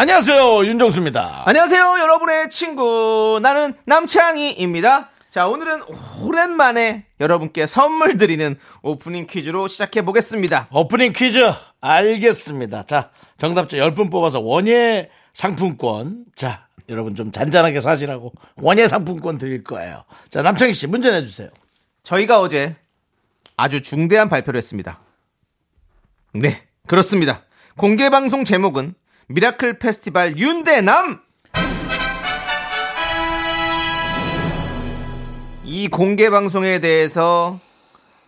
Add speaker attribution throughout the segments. Speaker 1: 안녕하세요 윤정수입니다.
Speaker 2: 안녕하세요, 여러분의 친구. 나는 남창희입니다. 자, 오늘은 오랜만에 여러분께 선물 드리는 오프닝 퀴즈로 시작해 보겠습니다.
Speaker 1: 오프닝 퀴즈 알겠습니다. 자 정답자 10분 뽑아서 원예 상품권 자 여러분 좀 잔잔하게 사시라고 원예 상품권 드릴 거예요. 자 남창희 씨 문제 내주세요.
Speaker 2: 저희가 어제 아주 중대한 발표를 했습니다. 네, 그렇습니다. 공개 방송 제목은 미라클 페스티벌 윤대남! 이 공개 방송에 대해서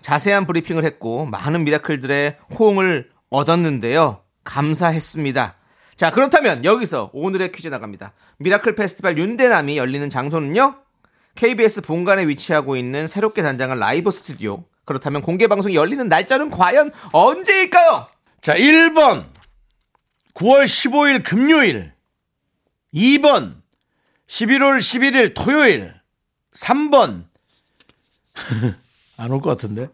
Speaker 2: 자세한 브리핑을 했고 많은 미라클들의 호응을 얻었는데요. 감사했습니다. 자, 그렇다면 여기서 오늘의 퀴즈 나갑니다. 미라클 페스티벌 윤대남이 열리는 장소는요. KBS 본관에 위치하고 있는 새롭게 단장한 라이브 스튜디오. 그렇다면 공개 방송이 열리는 날짜는 과연 언제일까요?
Speaker 1: 자 1번 9월 15일 금요일 2번 11월 11일 토요일 3번 안 올 것 같은데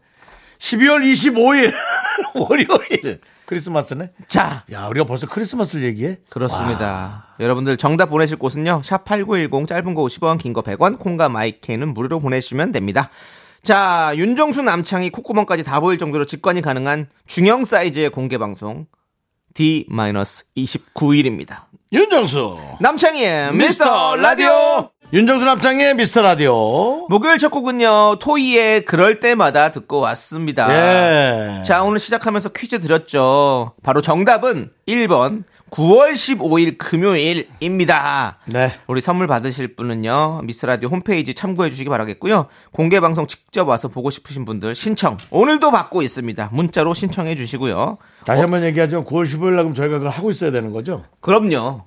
Speaker 1: 12월 25일 월요일 크리스마스네
Speaker 2: 자,
Speaker 1: 야, 우리가 벌써 크리스마스를 얘기해?
Speaker 2: 그렇습니다. 여러분들 정답 보내실 곳은요. 샵 8910 짧은 거 50원, 긴 거 100원, 콩과 마이케는 무료로 보내주시면 됩니다. 자, 윤정수 남창이 콧구멍까지 다 보일 정도로 직관이 가능한 중형 사이즈의 공개 방송 D-29일입니다.
Speaker 1: 윤정수.
Speaker 2: 남창희의 미스터 라디오
Speaker 1: 윤정수 남창의 미스터 라디오.
Speaker 2: 목요일 첫 곡은요. 토이의 그럴 때마다 듣고 왔습니다.
Speaker 1: 예.
Speaker 2: 자, 오늘 시작하면서 퀴즈 드렸죠. 바로 정답은 1번 9월 15일 금요일입니다.
Speaker 1: 네.
Speaker 2: 우리 선물 받으실 분은요. 미스라디오 홈페이지 참고해 주시기 바라겠고요. 공개 방송 직접 와서 보고 싶으신 분들 신청 오늘도 받고 있습니다. 문자로 신청해 주시고요.
Speaker 1: 다시 한 번 얘기하지만 9월 15일 날 그럼 저희가 그걸 하고 있어야 되는 거죠?
Speaker 2: 그럼요.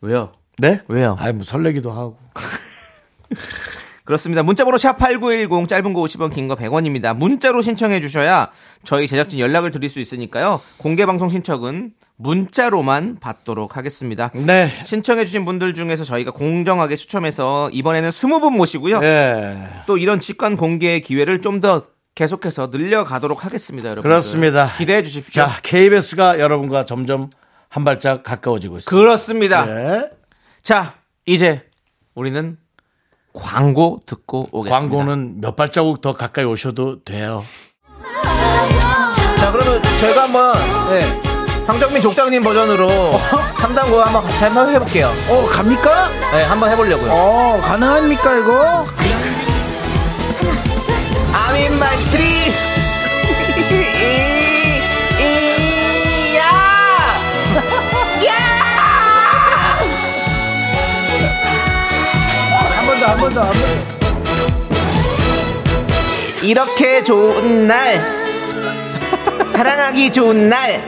Speaker 2: 왜요?
Speaker 1: 네?
Speaker 2: 왜요?
Speaker 1: 아이, 뭐 설레기도 하고.
Speaker 2: 그렇습니다. 문자번호 샵8910 짧은 거 50원 긴 거 100원입니다. 문자로 신청해 주셔야 저희 제작진 연락을 드릴 수 있으니까요. 공개 방송 신청은 문자로만 받도록 하겠습니다.
Speaker 1: 네.
Speaker 2: 신청해 주신 분들 중에서 저희가 공정하게 추첨해서 이번에는 20분 모시고요.
Speaker 1: 예.
Speaker 2: 또 이런 직관 공개의 기회를 좀 더 계속해서 늘려가도록 하겠습니다, 여러분.
Speaker 1: 그렇습니다.
Speaker 2: 기대해 주십시오.
Speaker 1: 자, KBS가 여러분과 점점 한 발짝 가까워지고 있습니다.
Speaker 2: 그렇습니다.
Speaker 1: 예.
Speaker 2: 자, 이제 우리는 광고 듣고 오겠습니다.
Speaker 1: 광고는 몇 발자국 더 가까이 오셔도 돼요.
Speaker 2: 자, 그러면 저희가 한번 예, 황정민 족장님 버전으로 3단고 한번 같이 한번 해볼게요.
Speaker 3: 어 갑니까?
Speaker 2: 네, 한번 해보려고요.
Speaker 3: 어 가능합니까 이거?
Speaker 2: I'm in my tree. 이- 이- 야! 야!
Speaker 3: 한 번 더 한 번 더 한 번 더.
Speaker 2: 이렇게 좋은 날 사랑하기 좋은 날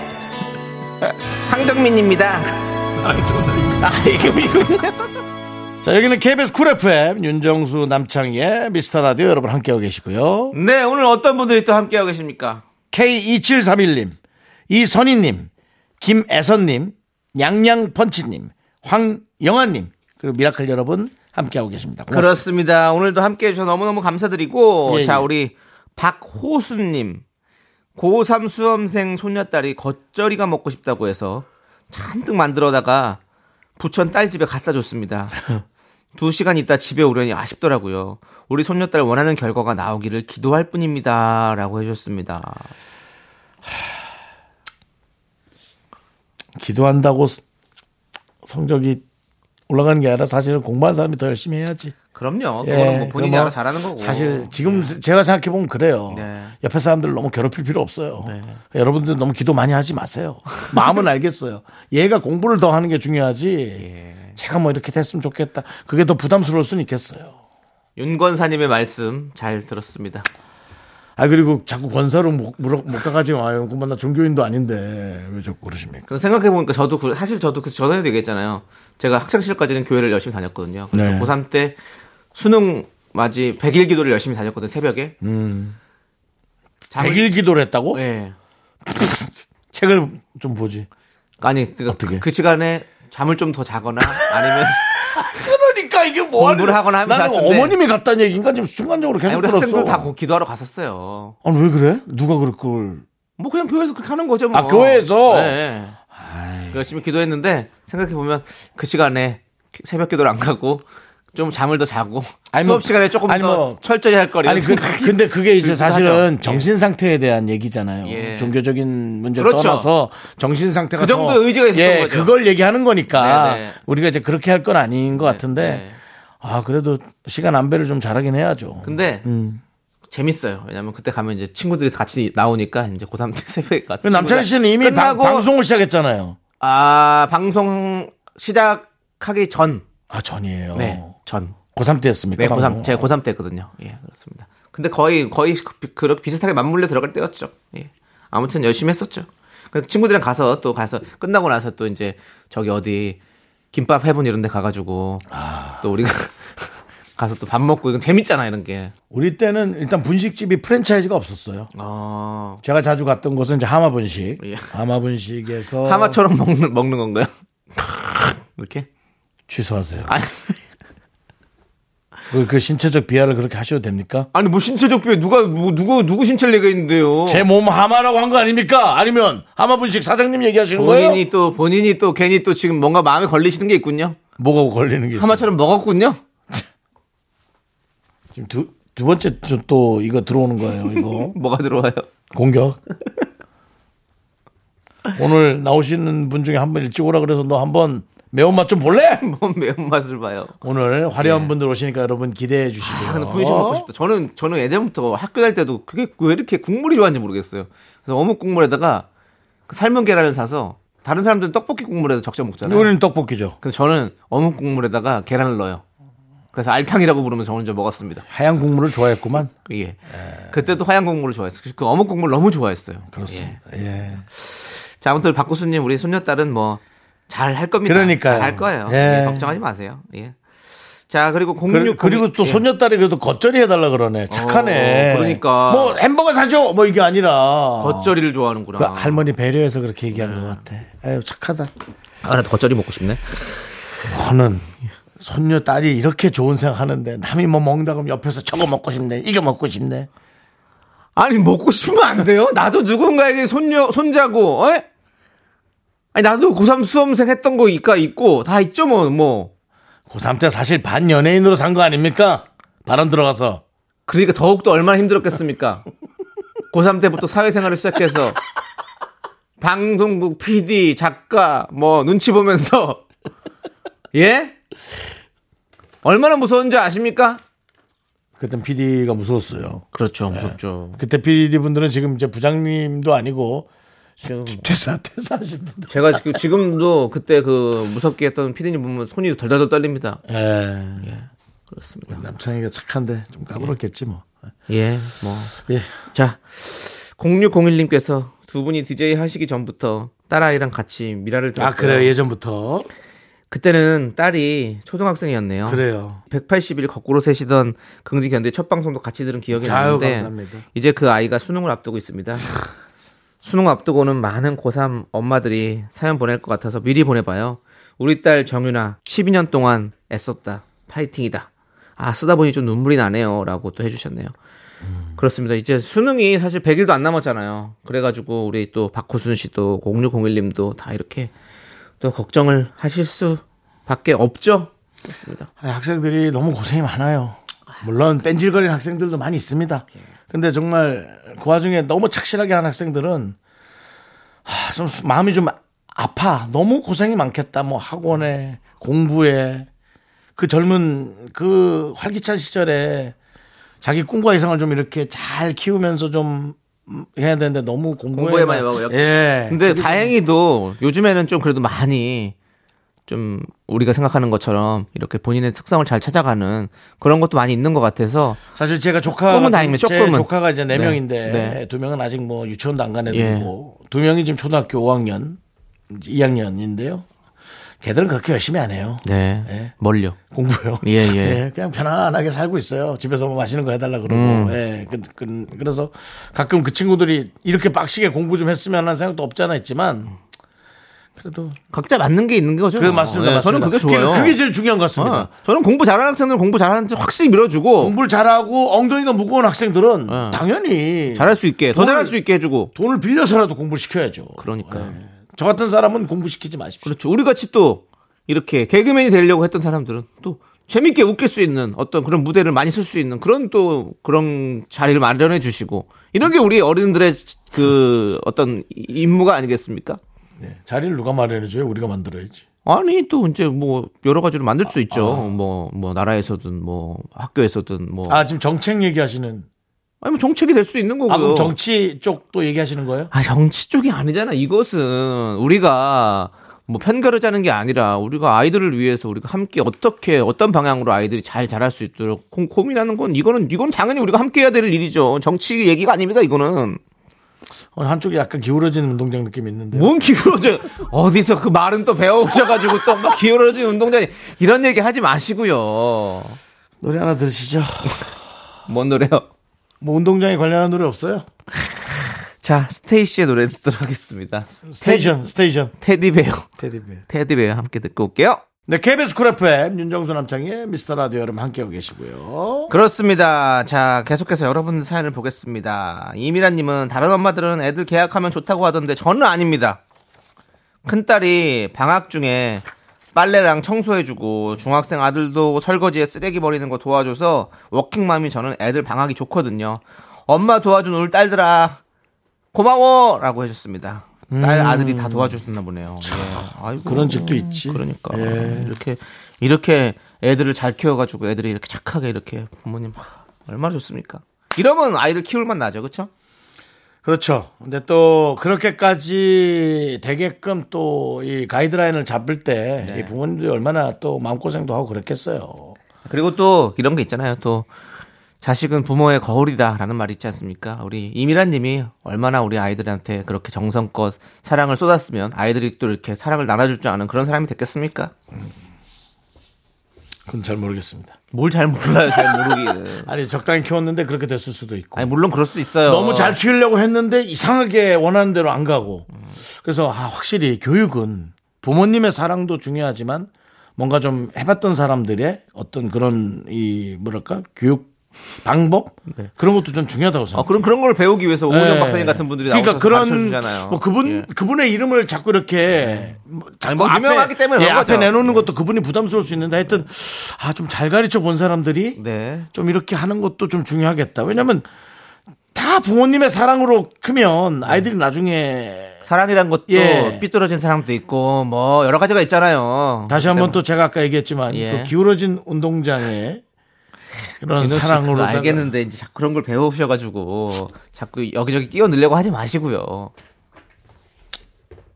Speaker 2: 황정민입니다. 아 이게 미군이야?
Speaker 1: 자, 여기는 KBS 쿨 FM 윤정수 남창희의 미스터 라디오 여러분 함께하고 계시고요.
Speaker 2: 네 오늘 어떤 분들이 또 함께하고 계십니까?
Speaker 1: K2731님, 이선희님, 김애선님, 양양펀치님, 황영아님, 그리고 미라클 여러분 함께하고 계십니다. 고맙습니다.
Speaker 2: 그렇습니다. 오늘도 함께 해주셔서 너무너무 감사드리고,
Speaker 1: 예,
Speaker 2: 자,
Speaker 1: 예.
Speaker 2: 우리 박호수님. 고3 수험생 손녀딸이 겉절이가 먹고 싶다고 해서 잔뜩 만들어다가 부천 딸 집에 갖다 줬습니다. 두 시간 있다 집에 오려니 아쉽더라고요. 우리 손녀딸 원하는 결과가 나오기를 기도할 뿐입니다. 라고 해주셨습니다.
Speaker 1: 기도한다고 스- 성적이 올라가는 게 아니라 사실은 공부한 사람이 더 열심히 해야지.
Speaker 2: 그럼요.
Speaker 1: 예,
Speaker 2: 그거는 뭐 본인이
Speaker 1: 그거 뭐
Speaker 2: 알아서 잘하는 거고.
Speaker 1: 사실 지금 스- 제가 생각해 보면 그래요.
Speaker 2: 네.
Speaker 1: 옆에 사람들 너무 괴롭힐 필요 없어요. 여러분들 너무 기도 많이 하지 마세요. 마음은 알겠어요. 얘가 공부를 더 하는 게 중요하지. 제가 뭐 이렇게 됐으면 좋겠다. 그게 더 부담스러울 수는 있겠어요.
Speaker 2: 윤건사님의 말씀 잘 들었습니다.
Speaker 1: 아 그리고 자꾸 권사로 못, 물어- 못 가가지 마요. 그만 나 종교인도 아닌데 왜 자꾸 그러십니까?
Speaker 2: 그 생각해 보니까 저도 그- 사실 저도 그 전에도 얘기했잖아요. 제가 학창 시절까지는 교회를 열심히 다녔거든요. 그래서
Speaker 1: 네.
Speaker 2: 고3 때 수능 맞이 100일 기도를 열심히 다녔거든요. 새벽에. 잠을-
Speaker 1: 100일 음. 기도를 했다고?
Speaker 2: 예.
Speaker 1: 책을 좀 보지.
Speaker 2: 아니 그,
Speaker 1: 어떻게?
Speaker 2: 그 시간에 잠을 좀 더 자거나 아니면
Speaker 1: 그러니까 이게 뭐
Speaker 2: 공부를 하거나 하면
Speaker 1: 나는
Speaker 2: 잤는데.
Speaker 1: 어머님이 갔다는 얘기인가 지금 순간적으로 계속
Speaker 2: 아니, 우리
Speaker 1: 들었어.
Speaker 2: 학생들 다 고- 기도하러 갔었어요.
Speaker 1: 아니 왜 그래? 누가 그걸?
Speaker 2: 뭐 그냥 교회에서 그렇게 하는 거죠 뭐.
Speaker 1: 아, 교회에서?
Speaker 2: 네. 열심히 기도했는데 생각해 보면 그 시간에 새벽 기도를 안 가고 좀 잠을 더 자고
Speaker 1: 아니, 뭐-
Speaker 2: 수업 시간에 조금
Speaker 1: 아니,
Speaker 2: 더
Speaker 1: 뭐-
Speaker 2: 철저히 할 거리.
Speaker 1: 아니 그, 근데 그게 이제
Speaker 2: 들기도
Speaker 1: 사실은
Speaker 2: 하죠.
Speaker 1: 정신 상태에 대한 얘기잖아요.
Speaker 2: 예.
Speaker 1: 종교적인 문제를
Speaker 2: 그렇죠.
Speaker 1: 떠나서 정신 상태가
Speaker 2: 그 정도의
Speaker 1: 더-
Speaker 2: 의지가 있었던
Speaker 1: 예,
Speaker 2: 거죠.
Speaker 1: 그걸 얘기하는 거니까
Speaker 2: 네, 네.
Speaker 1: 우리가 이제 그렇게 할 건 아닌 것 같은데 아 그래도 시간 안배를 좀 잘하긴 해야죠.
Speaker 2: 근데
Speaker 1: 음.
Speaker 2: 재밌어요. 왜냐면 그때 가면 이제 친구들이 같이 나오니까 이제 고3 때 새벽에 가서
Speaker 1: 남창희 씨는 이미 방,
Speaker 2: 끝나고
Speaker 1: 방송을 시작했잖아요.
Speaker 2: 아 방송 시작하기 전,
Speaker 1: 아 전이에요.
Speaker 2: 네, 전,
Speaker 1: 고3 때였습니까?
Speaker 2: 네, 고3
Speaker 1: 방송?
Speaker 2: 제가 고3 때거든요. 예, 그렇습니다. 근데 거의 거의 그- 그렇게 비슷하게 맞물려 들어갈 때였죠. 예, 아무튼 열심히 했었죠. 그 친구들이랑 가서 또 가서 끝나고 나서 또 이제 저기 어디 김밥 해본 이런데 가가지고
Speaker 1: 아.
Speaker 2: 또 우리가 가서 또 밥 먹고 이건 재밌잖아 이런 게.
Speaker 1: 우리 때는 일단 분식집이 프랜차이즈가 없었어요.
Speaker 2: 아
Speaker 1: 제가 자주 갔던 곳은 이제 하마 분식.
Speaker 2: 예.
Speaker 1: 하마 분식에서
Speaker 2: 사마처럼 먹는 먹는 건가요? 이렇게?
Speaker 1: 취소하세요.
Speaker 2: 아니,
Speaker 1: 그, 그 신체적 비하를 그렇게 하셔도 됩니까?
Speaker 2: 아니 뭐 신체적 비해 누가 뭐 누구 누구 신체를 얘기했는데요?
Speaker 1: 제 몸 하마라고 한 거 아닙니까? 아니면 하마 분식 사장님 얘기하시는 거예요?
Speaker 2: 본인이 또 본인이 또 괜히 또 지금 뭔가 마음에 걸리시는 게 있군요.
Speaker 1: 뭐가 걸리는 게 있어요?
Speaker 2: 하마처럼 먹었군요.
Speaker 1: 지금 두, 두 번째 또- 또 이거 들어오는 거예요, 이거.
Speaker 2: 뭐가 들어와요?
Speaker 1: 공격. 오늘 나오시는 분 중에 한 분 일찍 오라 그래서 너 한번 매운맛 좀 볼래?
Speaker 2: 뭔뭐 매운맛을 봐요.
Speaker 1: 오늘 화려한 분들 오시니까 여러분 기대해 주시고요.
Speaker 2: 아, 근데
Speaker 1: 어?
Speaker 2: 분식 먹고 싶다. 저는 저는 예전부터 학교 다닐 때도 그게 왜 이렇게 국물이 좋아하는지 모르겠어요. 그래서 어묵 국물에다가 그 삶은 계란을 사서 다른 사람들은 떡볶이 국물에다 적셔 먹잖아요.
Speaker 1: 어. 우리는 떡볶이죠.
Speaker 2: 그래서 저는 어묵 국물에다가 계란을 넣어요. 그래서 알탕이라고 부르면서 오늘 저 먹었습니다.
Speaker 1: 하얀 국물을 좋아했구만.
Speaker 2: 예. 그때도 화양 국물을 좋아했어요. 그 어묵 국물 너무 좋아했어요.
Speaker 1: 그렇습니다.
Speaker 2: 예.
Speaker 1: 예.
Speaker 2: 자, 아무튼 박구수님 우리 손녀딸은 뭐 잘 할 겁니다.
Speaker 1: 그러니까요.
Speaker 2: 잘할 거예요.
Speaker 1: 예.
Speaker 2: 예, 걱정하지 마세요. 예. 자, 그리고
Speaker 1: 그리-
Speaker 2: 06
Speaker 1: 그리고 또
Speaker 2: 예.
Speaker 1: 손녀딸이 그래도 겉절이 해달라 그러네. 착하네.
Speaker 2: 어, 그러니까.
Speaker 1: 뭐 햄버거 사줘! 뭐 이게 아니라. 네.
Speaker 2: 겉절이를
Speaker 1: 그
Speaker 2: 좋아하는구나.
Speaker 1: 할머니 배려해서 그렇게 얘기한 것 같아. 아유, 착하다.
Speaker 2: 아, 나도 겉절이 먹고 싶네.
Speaker 1: 저는 손녀딸이 이렇게 좋은 생각하는데 남이 뭐 먹는다 그러면 옆에서 저거 먹고 싶네. 이거 먹고 싶네.
Speaker 2: 아니 먹고 싶으면 안 돼요? 나도 누군가에게 손녀 손자고, 어? 아니 나도 고3 수험생 했던 거니까 있고 다 있죠 뭐 뭐.
Speaker 1: 고3 때 사실 반 연예인으로 산 거 아닙니까? 발언 들어가서.
Speaker 2: 그러니까 더욱더 얼마나 힘들었겠습니까? 고3 때부터 사회생활을 시작해서 방송국 PD, 작가, 뭐 눈치 보면서 예? 얼마나 무서운지 아십니까?
Speaker 1: 그땐 PD가 무서웠어요.
Speaker 2: 그렇죠, 무섭죠.
Speaker 1: 그때 PD 분들은 지금 이제 부장님도 아니고
Speaker 2: 지금
Speaker 1: 퇴사, 퇴사하신 분들.
Speaker 2: 제가 지금 지금도 그때 그 무섭게 했던 피디님 보면 손이 덜덜덜 떨립니다.
Speaker 1: 예.
Speaker 2: 그렇습니다.
Speaker 1: 남창이가 착한데 좀 까불었겠지 뭐.
Speaker 2: 예, 뭐.
Speaker 1: 예.
Speaker 2: 자, 0601님께서 두 분이 DJ 하시기 전부터 딸아이랑 같이 미라를 들었어요.
Speaker 1: 아 그래요 예전부터
Speaker 2: 그때는 딸이 초등학생이었네요.
Speaker 1: 아. 그래요.
Speaker 2: 180일 거꾸로 세시던 긍디 견디 첫 방송도 같이 들은 기억이
Speaker 1: 아유,
Speaker 2: 나는데
Speaker 1: 감사합니다.
Speaker 2: 이제 그 아이가 수능을 앞두고 있습니다. 수능 앞두고는 많은 고3 엄마들이 사연 보낼 것 같아서 미리 보내봐요. 우리 딸 정윤아 12년 동안 애썼다. 파이팅이다. 아 쓰다 보니 좀 눈물이 나네요. 라고 또 해주셨네요. 그렇습니다. 이제 수능이 사실 100일도 안 남았잖아요. 그래가지고 우리 또 박호순 씨도 0601님도 다 이렇게 또 걱정을 하실 수밖에 없죠. 그렇습니다.
Speaker 1: 아니, 학생들이 너무 고생이 많아요. 물론 뺀질거리는 학생들도 많이 있습니다. 근데 정말 그 와중에 너무 착실하게 한 학생들은 하, 좀 마음이 좀 아파. 너무 고생이 많겠다. 뭐 학원에 공부에 그 젊은 그 활기찬 시절에 자기 꿈과 이상을 좀 이렇게 잘 키우면서 좀 해야 되는데 너무 공부에
Speaker 2: 공부에만 해봐요.
Speaker 1: 예.
Speaker 2: 근데 다행히도 요즘에는 좀 그래도 많이 좀 우리가 생각하는 것처럼 이렇게 본인의 특성을 잘 찾아가는 그런 것도 많이 있는 것 같아서
Speaker 1: 사실 제가 조카
Speaker 2: 조금은 다행이네,
Speaker 1: 제
Speaker 2: 조금은.
Speaker 1: 조카가 이제 네
Speaker 2: 네,
Speaker 1: 명인데
Speaker 2: 네.
Speaker 1: 두 명은 아직 뭐 유치원도 안 간
Speaker 2: 예.
Speaker 1: 애들이고 두 명이 지금 초등학교 5학년 2학년인데요. 걔들은 그렇게 열심히 안 해요.
Speaker 2: 네,
Speaker 1: 네.
Speaker 2: 멀려.
Speaker 1: 공부요.
Speaker 2: 예, 예.
Speaker 1: 그냥 편안하게 살고 있어요. 집에서 뭐 맛있는 거 해달라 그러고.
Speaker 2: 음.
Speaker 1: 예. 그, 래서 가끔 그 친구들이 이렇게 빡시게 공부 좀 했으면 하는 생각도 없지 않아 있지만 그래도
Speaker 2: 각자 맞는 게 있는 거죠.
Speaker 1: 그 맞습니다.
Speaker 2: 네,
Speaker 1: 맞습니다.
Speaker 2: 저는 그게 좋아요.
Speaker 1: 그게, 그게 제일 중요한 것 같습니다.
Speaker 2: 어, 저는 공부 잘하는 학생들 공부 잘하는 학생 확실히 밀어주고
Speaker 1: 공부를 잘하고 엉덩이가 무거운 학생들은
Speaker 2: 예.
Speaker 1: 당연히
Speaker 2: 잘할 수 있게 더
Speaker 1: 돈을-
Speaker 2: 잘할 수 있게 해주고
Speaker 1: 돈을 빌려서라도 공부를 시켜야죠.
Speaker 2: 그러니까 요
Speaker 1: 저 같은 사람은 공부시키지 마십시오.
Speaker 2: 그렇죠. 우리 같이 또 이렇게 개그맨이 되려고 했던 사람들은 또 재밌게 웃길 수 있는 어떤 그런 무대를 많이 쓸 수 있는 그런 또 그런 자리를 마련해 주시고 이런 게 우리 어른들의 그 어떤 임무가 아니겠습니까?
Speaker 1: 네. 자리를 누가 마련해줘요? 우리가 만들어야지.
Speaker 2: 아니 또 이제 뭐 여러 가지로 만들 수 있죠. 뭐 뭐 나라에서든 뭐 학교에서든 뭐
Speaker 1: 아, 지금 정책 얘기하시는.
Speaker 2: 아니 뭐 정책이 될 수 있는 거고요.
Speaker 1: 아, 그럼 정치 쪽도 얘기하시는 거예요?
Speaker 2: 아, 정치 쪽이 아니잖아. 이것은 우리가 뭐 편가를 짜는 게 아니라 우리가 아이들을 위해서 우리가 함께 어떻게 어떤 방향으로 아이들이 잘 자랄 수 있도록 고, 고민하는 건 이거는 이건 당연히 우리가 함께 해야 될 일이죠. 정치 얘기가 아닙니다. 이거는
Speaker 1: 오늘 어, 한쪽이 약간 기울어지는 운동장 느낌이 있는데.
Speaker 2: 뭔 기울어져 어디서 그 말은 또 배워오셔가지고 또 막 기울어진 운동장이 이런 얘기 하지 마시고요.
Speaker 1: 노래 하나 들으시죠.
Speaker 2: 뭔 노래요?
Speaker 1: 뭐 운동장에 관련한 노래 없어요?
Speaker 2: 자 스테이시의 노래 듣도록 하겠습니다.
Speaker 1: 스테이션, 스테이션.
Speaker 2: 테디베어
Speaker 1: 테디벨.
Speaker 2: 테디베어 함께 듣고 올게요.
Speaker 1: 네, KBS 쿨 FM 윤정수 남창의 미스터 라디오 여러분 함께하고 계시고요.
Speaker 2: 그렇습니다. 자, 계속해서 여러분 사연을 보겠습니다. 이미라님은 다른 엄마들은 애들 계약하면 좋다고 하던데 저는 아닙니다. 큰딸이 방학 중에 빨래랑 청소해주고 중학생 아들도 설거지에 쓰레기 버리는 거 도와줘서 워킹맘이 저는 애들 방학이 좋거든요. 엄마 도와준 우리 딸들아 고마워! 라고 해줬습니다. 딸 아들이 다 도와주셨나 보네요. 예.
Speaker 1: 음.
Speaker 2: 아이고.
Speaker 1: 그런 집도 있지.
Speaker 2: 그러니까
Speaker 1: 예.
Speaker 2: 이렇게 이렇게 애들을 잘 키워가지고 애들이 이렇게 착하게 이렇게 부모님 하, 얼마나 좋습니까? 이러면 아이들 키울 만 나죠, 그렇죠?
Speaker 1: 그렇죠. 근데 또 그렇게까지 되게끔 또 이 가이드라인을 잡을 때 이 부모님들이 얼마나 또 마음고생도 하고 그랬겠어요.
Speaker 2: 그리고 또 이런 게 있잖아요. 또 자식은 부모의 거울이다라는 말이 있지 않습니까? 우리 이미란님이 얼마나 우리 아이들한테 그렇게 정성껏 사랑을 쏟았으면 아이들이 또 이렇게 사랑을 나눠줄 줄 아는 그런 사람이 됐겠습니까?
Speaker 1: 그건 잘 모르겠습니다.
Speaker 2: 뭘 잘 몰라요, 잘 모르기는.
Speaker 1: 아니 적당히 키웠는데 그렇게 됐을 수도 있고.
Speaker 2: 아니 물론 그럴 수도 있어요.
Speaker 1: 너무 잘 키우려고 했는데 이상하게 원하는 대로 안 가고. 그래서 아, 확실히 교육은 부모님의 사랑도 중요하지만 뭔가 좀 해봤던 사람들의 어떤 그런 이 뭐랄까 교육 방법 그런 것도 좀 중요하다고 생각해요.
Speaker 2: 어, 그럼 그런 걸 배우기 위해서 오은영
Speaker 1: 예.
Speaker 2: 박사님 같은 분들이
Speaker 1: 그러니까
Speaker 2: 나오셔서
Speaker 1: 그런
Speaker 2: 가르쳐주잖아요.
Speaker 1: 뭐 그분
Speaker 2: 예.
Speaker 1: 그분의 이름을 자꾸 이렇게 뭐 자꾸
Speaker 2: 아니, 뭐 유명하기 때문에
Speaker 1: 예,
Speaker 2: 그런
Speaker 1: 앞에
Speaker 2: 거죠.
Speaker 1: 내놓는 것도 그분이 부담스러울 수 있는데 하여튼 아 좀 잘 가르쳐 본 사람들이
Speaker 2: 네.
Speaker 1: 좀 이렇게 하는 것도 좀 중요하겠다. 왜냐면 다 부모님의 사랑으로
Speaker 2: 네.
Speaker 1: 크면 아이들이 나중에
Speaker 2: 사랑이란 것도
Speaker 1: 예.
Speaker 2: 삐뚤어진 사람도 있고 뭐 여러 가지가 있잖아요.
Speaker 1: 다시 한번 또 제가 아까 얘기했지만
Speaker 2: 네. 예.
Speaker 1: 그 기울어진 운동장에 그런
Speaker 2: 민호 씨
Speaker 1: 사랑으로
Speaker 2: 그거 알겠는데 이제 자꾸 그런 걸 배우셔가지고 자꾸 여기저기 끼워 넣으려고 하지 마시고요.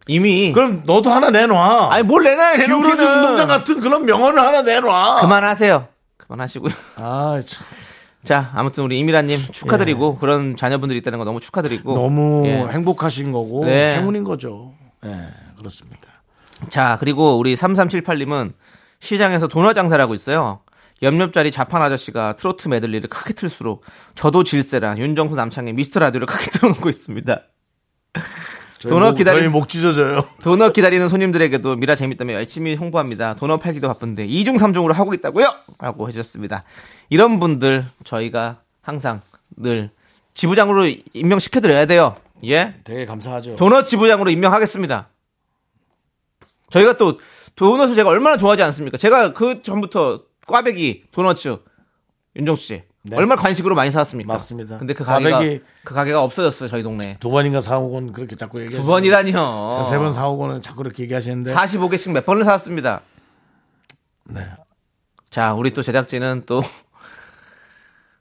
Speaker 2: 이미
Speaker 1: 그럼 너도 하나 내놔.
Speaker 2: 아니 뭘 내놔요
Speaker 1: 기울어진
Speaker 2: 내놓기는
Speaker 1: 운동장 같은 그런 명언을 하나 내놔.
Speaker 2: 그만하세요. 그만하시고요.
Speaker 1: 아 참.
Speaker 2: 자 아무튼 우리 이미라님 축하드리고 그런 자녀분들이 있다는 거 너무 축하드리고
Speaker 1: 너무
Speaker 2: 예.
Speaker 1: 행복하신 거고
Speaker 2: 네.
Speaker 1: 행운인 거죠. 예, 그렇습니다.
Speaker 2: 자, 그리고 우리 3378님은 시장에서 도넛 장사를 하고 있어요. 옆옆자리 자판 아저씨가 트로트 메들리를 크게 틀수록 저도 질세라 윤정수 남창의 미스터 라디오를 크게 틀어놓고 있습니다. 도넛
Speaker 1: 목-
Speaker 2: 기다리-
Speaker 1: 저희 뭐 목 찢어져요.
Speaker 2: 도넛 기다리는 손님들에게도 미라 재밌다며 열심히 홍보합니다. 도넛 팔기도 바쁜데 2중 3중으로 하고 있다고요? 라고 해주셨습니다. 이런 분들 저희가 항상 늘 지부장으로 임명시켜드려야 돼요. 예?
Speaker 1: 되게 감사하죠.
Speaker 2: 도넛 지부장으로 임명하겠습니다. 저희가 또 도넛을 제가 얼마나 좋아하지 않습니까? 제가 그 전부터 꽈배기 도넛츠 윤정수 씨
Speaker 1: 네.
Speaker 2: 얼마나 간식으로 많이 사왔습니까?
Speaker 1: 맞습니다.
Speaker 2: 근데 그 가게가
Speaker 1: 꽈배기.
Speaker 2: 그 가게가 없어졌어요 저희 동네.
Speaker 1: 두 번인가 사오고는 그렇게 자꾸 얘기해.
Speaker 2: 두 번이라니요. 어.
Speaker 1: 세번 사오고는 자꾸 이렇게 얘기하시는데
Speaker 2: 45개씩 몇 번을 사왔습니다. 네. 자, 우리 또 제작진은 또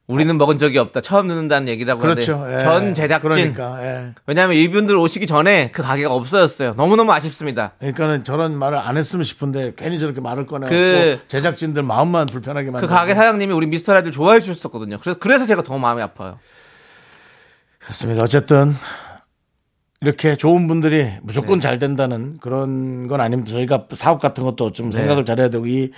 Speaker 2: 우리는 먹은 적이 없다. 처음 듣는다는 얘기라고
Speaker 1: 그렇죠.
Speaker 2: 하는데
Speaker 1: 예.
Speaker 2: 네, 전 제작진.
Speaker 1: 그러니까. 예.
Speaker 2: 왜냐하면 이분들 오시기 전에 그 가게가 없어졌어요. 너무너무 아쉽습니다.
Speaker 1: 그러니까는 저런 말을 안 했으면 싶은데 괜히 저렇게 말을 꺼내
Speaker 2: 그-
Speaker 1: 고 제작진들 마음만 불편하게 만들.
Speaker 2: 그 가게 사장님이 우리 미스터 라디오 좋아해 주셨었거든요. 그래서 그래서 제가 더 마음이 아파요.
Speaker 1: 그렇습니다. 어쨌든 이렇게 좋은 분들이
Speaker 2: 네.
Speaker 1: 무조건 잘 된다는 그런 건 아닙니다. 저희가 사업 같은 것도 좀
Speaker 2: 네.
Speaker 1: 생각을 잘해야 되고 이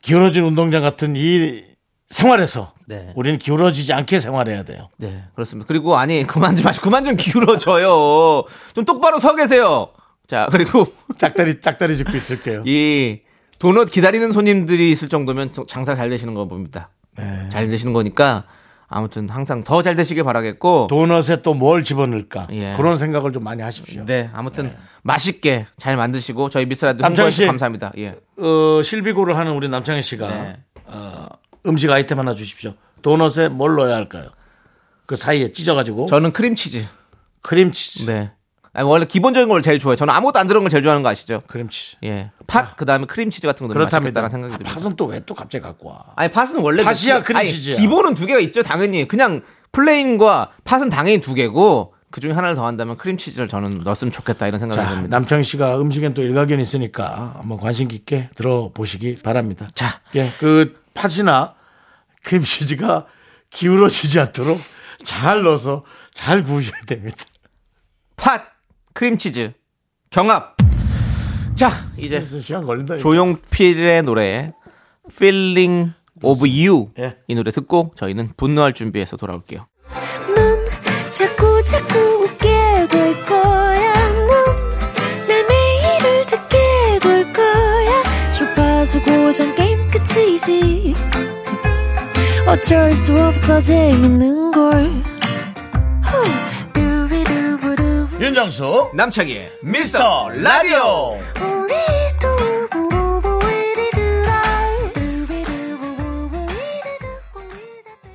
Speaker 1: 기울어진 운동장 같은 이 생활에서
Speaker 2: 네.
Speaker 1: 우리는 기울어지지 않게 생활해야 돼요.
Speaker 2: 네, 그렇습니다. 그리고 아니 그만 좀 하시, 그만 좀 기울어져요. 좀 똑바로 서 계세요. 자, 그리고
Speaker 1: 짝다리 짝다리 짚고 있을게요.
Speaker 2: 이 도넛 기다리는 손님들이 있을 정도면 저- 장사 잘 되시는 거 봅니다.
Speaker 1: 네.
Speaker 2: 잘 되시는 거니까 아무튼 항상 더 잘 되시길 바라겠고.
Speaker 1: 도넛에 또 뭘 집어넣을까
Speaker 2: 예.
Speaker 1: 그런 생각을 좀 많이 하십시오.
Speaker 2: 네, 아무튼 맛있게 잘 만드시고 저희 미스라드
Speaker 1: 남창희 씨.
Speaker 2: 홍보해주셔서 감사합니다. 예.
Speaker 1: 어, 실비고를 하는 우리 남창희 씨가
Speaker 2: 네.
Speaker 1: 어, 음식 아이템 하나 주십시오. 도넛에 뭘 넣어야 할까요? 그 사이에 찢어가지고
Speaker 2: 저는 크림치즈.
Speaker 1: 크림치즈,
Speaker 2: 네. 아니, 원래 기본적인 걸 제일 좋아해요. 저는 아무것도 안 들어간 걸 제일 좋아하는 거 아시죠?
Speaker 1: 크림치즈.
Speaker 2: 예. 팥, 그 다음에 크림치즈 같은 거 넣으면
Speaker 1: 그렇답니다. 아,
Speaker 2: 맛있겠다는 생각이 듭니다.
Speaker 1: 팥은 또 왜 또 갑자기 갖고 와?
Speaker 2: 아니, 팥은 원래.
Speaker 1: 팥이야,
Speaker 2: 두 개- 아니,
Speaker 1: 크림치즈야.
Speaker 2: 기본은 두 개가 있죠, 당연히. 그냥 플레인과 팥은 당연히 두 개고, 그 중에 하나를 더 한다면 크림치즈를 저는 넣었으면 좋겠다, 이런 생각이
Speaker 1: 자,
Speaker 2: 듭니다.
Speaker 1: 남창희 씨가 음식엔 또 일가견이 있으니까 한번 관심 깊게 들어보시기 바랍니다.
Speaker 2: 자.
Speaker 1: 예, 그 팥이나 크림치즈가 기울어지지 않도록 잘 넣어서 잘 구우셔야 됩니다.
Speaker 2: 팥, 크림치즈, 경합. 자, 이제
Speaker 1: 그래서 시간 걸린다. 이거.
Speaker 2: 조용필의 노래 Feeling of You
Speaker 1: 예.
Speaker 2: 이 노래 듣고 저희는 분노할 준비해서 돌아올게요.
Speaker 4: 넌 자꾸 자꾸 웃게 될 거야. 넌내 매일을 듣게 될 거야. 주파수 고정 게임 끝이지. 어쩔 수 없어 재밌는 걸. 후. 두비두부두.
Speaker 1: 윤정수
Speaker 2: 남창희의 미스터 라디오
Speaker 4: 우리 두부부부 우리 두라. 두비두부부부 우리 두부 우리 두라.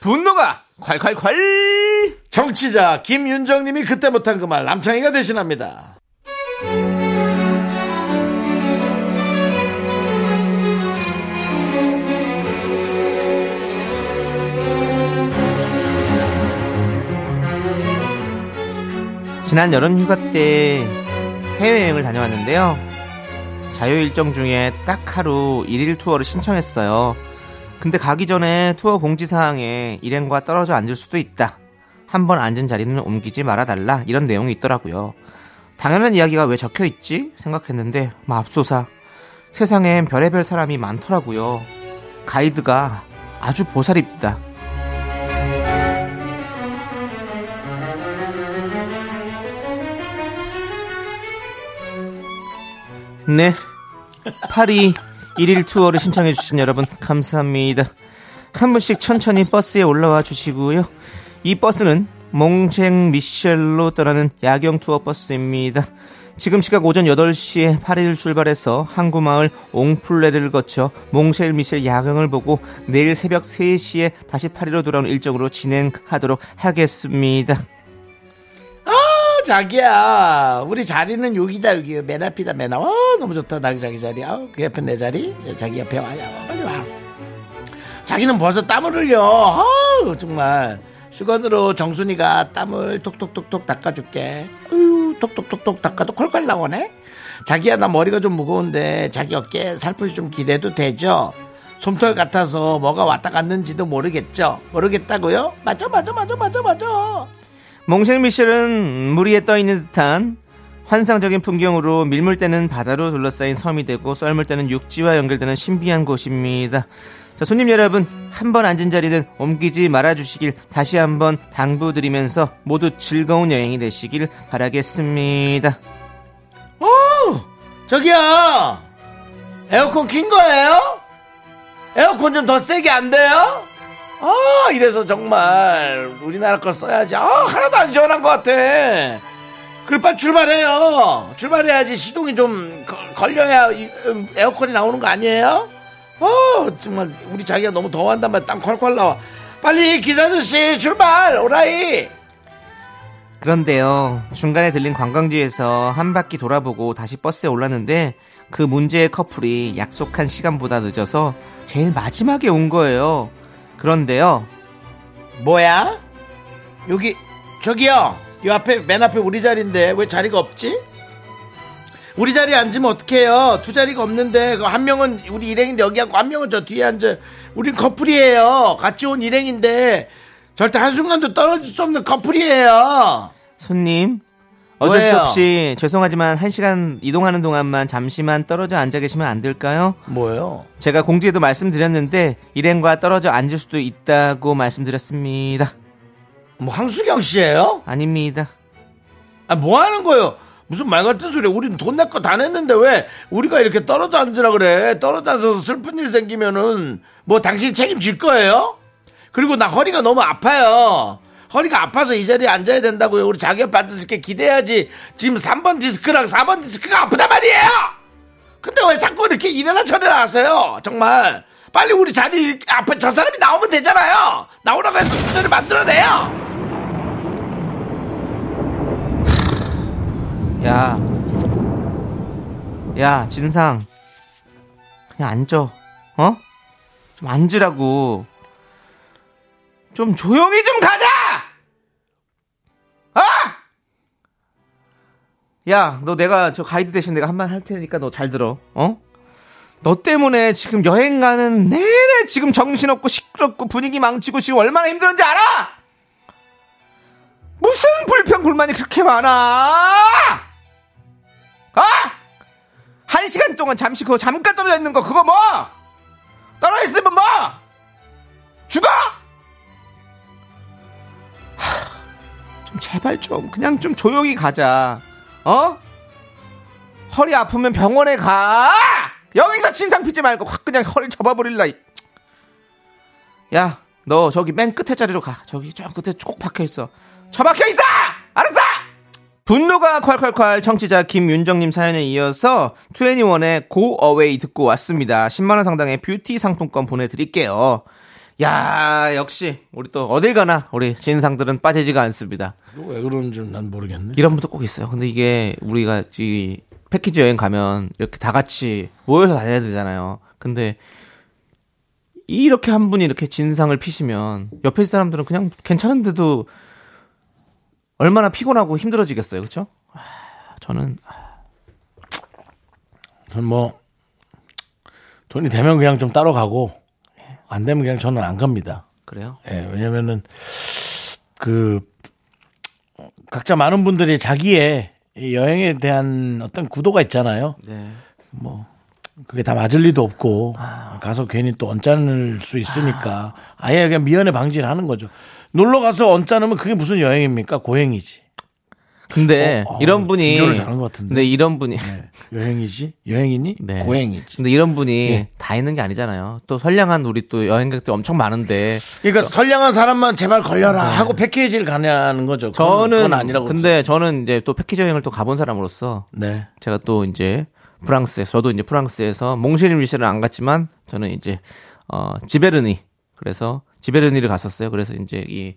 Speaker 2: 분노가 콸콸콸
Speaker 1: 정치자 김윤정님이 그때 못한 그 말 남창희가 대신합니다.
Speaker 2: 지난 여름 휴가 때 해외여행을 다녀왔는데요. 자유 일정 중에 딱 하루 일일 투어를 신청했어요. 근데 가기 전에 투어 공지 사항에 일행과 떨어져 앉을 수도 있다. 한 번 앉은 자리는 옮기지 말아달라. 이런 내용이 있더라고요. 당연한 이야기가 왜 적혀 있지? 생각했는데 맙소사 세상엔 별의별 사람이 많더라고요. 가이드가 아주 보살입니다. 네. 파리 1일 투어를 신청해주신 여러분, 감사합니다. 한 분씩 천천히 버스에 올라와 주시고요. 이 버스는 몽쟁 미셸로 떠나는 야경 투어 버스입니다. 지금 시각 오전 8시에 파리를 출발해서 항구마을 옹플레를 거쳐 몽쉘 미셸 야경을 보고 내일 새벽 3시에 다시 파리로 돌아온 일정으로 진행하도록 하겠습니다.
Speaker 1: 어, 자기야 우리 자리는 여기다 여기요 맨 앞이다 맨 앞. 어, 너무 좋다 나 자기 자리. 아, 그 옆에 내 자리. 야, 자기 옆에 와야 와, 빨리 와. 자기는 벌써 땀을 흘려. 아 정말 수건으로 정순이가 땀을 톡톡톡톡 닦아줄게. 으유 톡톡톡톡 닦아도 콜콜 나오네. 자기야 나 머리가 좀 무거운데 자기 어깨 살포시 좀 기대도 되죠? 솜털 같아서 뭐가 왔다 갔는지도 모르겠죠? 모르겠다고요? 맞아 맞아 맞아 맞아 맞아.
Speaker 2: 몽쉘 미셸은 물 위에 떠 있는 듯한 환상적인 풍경으로 밀물 때는 바다로 둘러싸인 섬이 되고 썰물 때는 육지와 연결되는 신비한 곳입니다. 자, 손님 여러분, 한 번 앉은 자리는 옮기지 말아 주시길 다시 한번 당부드리면서 모두 즐거운 여행이 되시길 바라겠습니다.
Speaker 1: 저기요 에어컨 킨 거예요? 에어컨 좀 더 세게 안 돼요? 아 이래서 정말 우리나라 거 써야지 아 하나도 안 시원한 것 같아 그럴 바 출발해요 출발해야지 시동이 좀 거- 걸려야 이- 음, 에어컨이 나오는 거 아니에요? 어 정말 우리 자기가 너무 더워한단 말이야 땀 콸콸 나와 빨리 기사 아저씨 출발 오라이
Speaker 2: 그런데요, 중간에 들린 관광지에서 한 바퀴 돌아보고 다시 버스에 올랐는데 그 문제의 커플이 약속한 시간보다 늦어서 제일 마지막에 온 거예요. 그런데요,
Speaker 1: 뭐야? 여기 저기요. 이 앞에 맨 앞에 우리 자리인데 왜 자리가 없지? 우리 자리에 앉으면 어떡해요? 두 자리가 없는데 그한 명은 우리 일행인데 여기 앉고 한 명은 저 뒤에 앉아. 우린 커플이에요. 같이 온 일행인데 절대 한순간도 떨어질 수 없는 커플이에요.
Speaker 2: 손님, 어쩔 수
Speaker 1: 뭐예요?
Speaker 2: 없이 죄송하지만 한시간 이동하는 동안만 잠시만 떨어져 앉아 계시면 안 될까요?
Speaker 1: 뭐예요?
Speaker 2: 제가 공지에도 말씀드렸는데 일행과 떨어져 앉을 수도 있다고 말씀드렸습니다.
Speaker 1: 뭐 황수경 씨예요?
Speaker 2: 아닙니다.
Speaker 1: 아, 뭐 하는 거예요? 무슨 말 같은 소리야. 우린 돈 낼 거 다 냈는데 왜 우리가 이렇게 떨어져 앉으라 그래? 떨어져 앉아서 슬픈 일 생기면은 뭐 당신이 책임질 거예요? 그리고 나 허리가 너무 아파요. 허리가 아파서 이 자리에 앉아야 된다고요. 우리 자기 옆에 앉았을 게 기대해야지. 지금 3번 디스크랑 4번 디스크가 아프단 말이에요! 근데 왜 자꾸 이렇게 이래나 저래나 하세요? 정말. 빨리 우리 자리 앞에 저 사람이 나오면 되잖아요! 나오라고 해서 두 자리 만들어내요!
Speaker 2: 야, 야 진상, 그냥 앉아. 어? 좀 앉으라고. 좀 조용히 좀 가자. 아! 야, 너 내가 저 가이드 대신 내가 한 말 할 테니까 너 잘 들어. 어? 너 때문에 지금 여행 가는 내내 지금 정신없고 시끄럽고 분위기 망치고 지금 얼마나 힘들었는지 알아? 무슨 불평 불만이 그렇게 많아? 아! 한 시간 동안 잠시 그거 잠깐 떨어져 있는 거 그거 뭐? 떨어져 있으면 뭐? 죽어? 하, 좀 제발 좀 그냥 좀 조용히 가자. 어? 허리 아프면 병원에 가. 여기서 진상 피지 말고 확 그냥 허리 접어버릴라. 이. 야, 너 저기 맨 끝에 자리로 가. 저기 저 끝에 쭉 박혀 있어. 처박혀 있어! 알았어! 분노가 콸콸콸 청취자 김윤정님 사연에 이어서 21의 Go Away 듣고 왔습니다. 10만원 상당의 뷰티 상품권 보내드릴게요. 야 역시 우리 또 어딜 가나 우리 진상들은 빠지지가 않습니다.
Speaker 1: 왜 그러는지 난 모르겠네.
Speaker 2: 이런 분도 꼭 있어요. 근데 이게 우리가 이 패키지 여행 가면 이렇게 다 같이 모여서 다녀야 되잖아요. 근데 이렇게 한 분이 이렇게 진상을 피시면 옆에 사람들은 그냥 괜찮은데도 얼마나 피곤하고 힘들어지겠어요. 그렇죠? 저는 아,
Speaker 1: 전 뭐 돈이 되면 그냥 좀 따로 가고 안 되면 그냥 저는 안 갑니다.
Speaker 2: 그래요.
Speaker 1: 예, 왜냐면은 그 각자 많은 분들이 자기의 이 여행에 대한 어떤 구도가 있잖아요. 뭐,
Speaker 2: 네.
Speaker 1: 그게 다 맞을 리도 없고
Speaker 2: 아.
Speaker 1: 가서 괜히 또 언짢을 수 있으니까 아예 그냥 미연에 방지를 하는 거죠. 놀러 가서 언짢으면 그게 무슨 여행입니까? 고행이지.
Speaker 2: 근데
Speaker 1: 어, 어,
Speaker 2: 이런 분이
Speaker 1: 비교를 잘한 것 같은데.
Speaker 2: 근데 이런 분이
Speaker 1: 여행이지? 여행이니?
Speaker 2: 네.
Speaker 1: 고행이지.
Speaker 2: 근데 이런 분이
Speaker 1: 예.
Speaker 2: 다 있는 게 아니잖아요. 또 선량한 우리 또 여행객들 엄청 많은데
Speaker 1: 그러니까 선량한 사람만 제발 걸려라 하고 패키지를 가냐는 거죠. 그건-
Speaker 2: 네. 저는
Speaker 1: 그건 아니라고.
Speaker 2: 근데 저는 이제 또 패키지 여행을 또 가본 사람으로서
Speaker 1: 네.
Speaker 2: 제가 또 이제 프랑스에 저도 이제 프랑스에서 몽쉐린 미셸은 안 갔지만 저는 이제 어 지베르니 그래서 지베르니를 갔었어요. 그래서 이제 이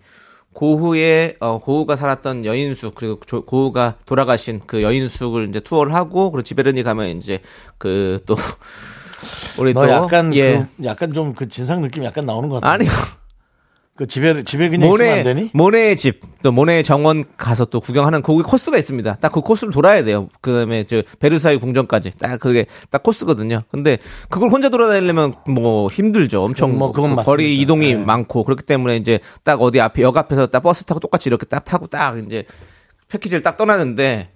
Speaker 2: 고흐의 어, 고흐가 살았던 여인숙 그리고 조- 고흐가 돌아가신 그 여인숙을 이제 투어를 하고 그리고 지베르니 가면 이제 그 또 우리
Speaker 1: 너
Speaker 2: 또
Speaker 1: 약간
Speaker 2: 예.
Speaker 1: 그, 약간 좀 그 진상 느낌 약간 나오는 것 같아.
Speaker 2: 아니요
Speaker 1: 그 집에 집에 그냥 있으면 안
Speaker 2: 모네 음,
Speaker 1: 되니?
Speaker 2: 모네의 집 또 모네의 정원 가서 또 구경하는 거기 코스가 있습니다. 딱 그 코스를 돌아야 돼요. 그다음에 저 베르사유 궁전까지 딱 그게 딱 코스거든요. 근데 그걸 혼자 돌아다니려면 뭐 힘들죠. 엄청
Speaker 1: 뭐 그건
Speaker 2: 그
Speaker 1: 맞습니다.
Speaker 2: 거리 이동이
Speaker 1: 네.
Speaker 2: 많고 그렇기 때문에 이제 딱 어디 앞에 역 앞에서 딱 버스 타고 똑같이 이렇게 딱 타고 딱 이제 패키지를 딱 떠나는데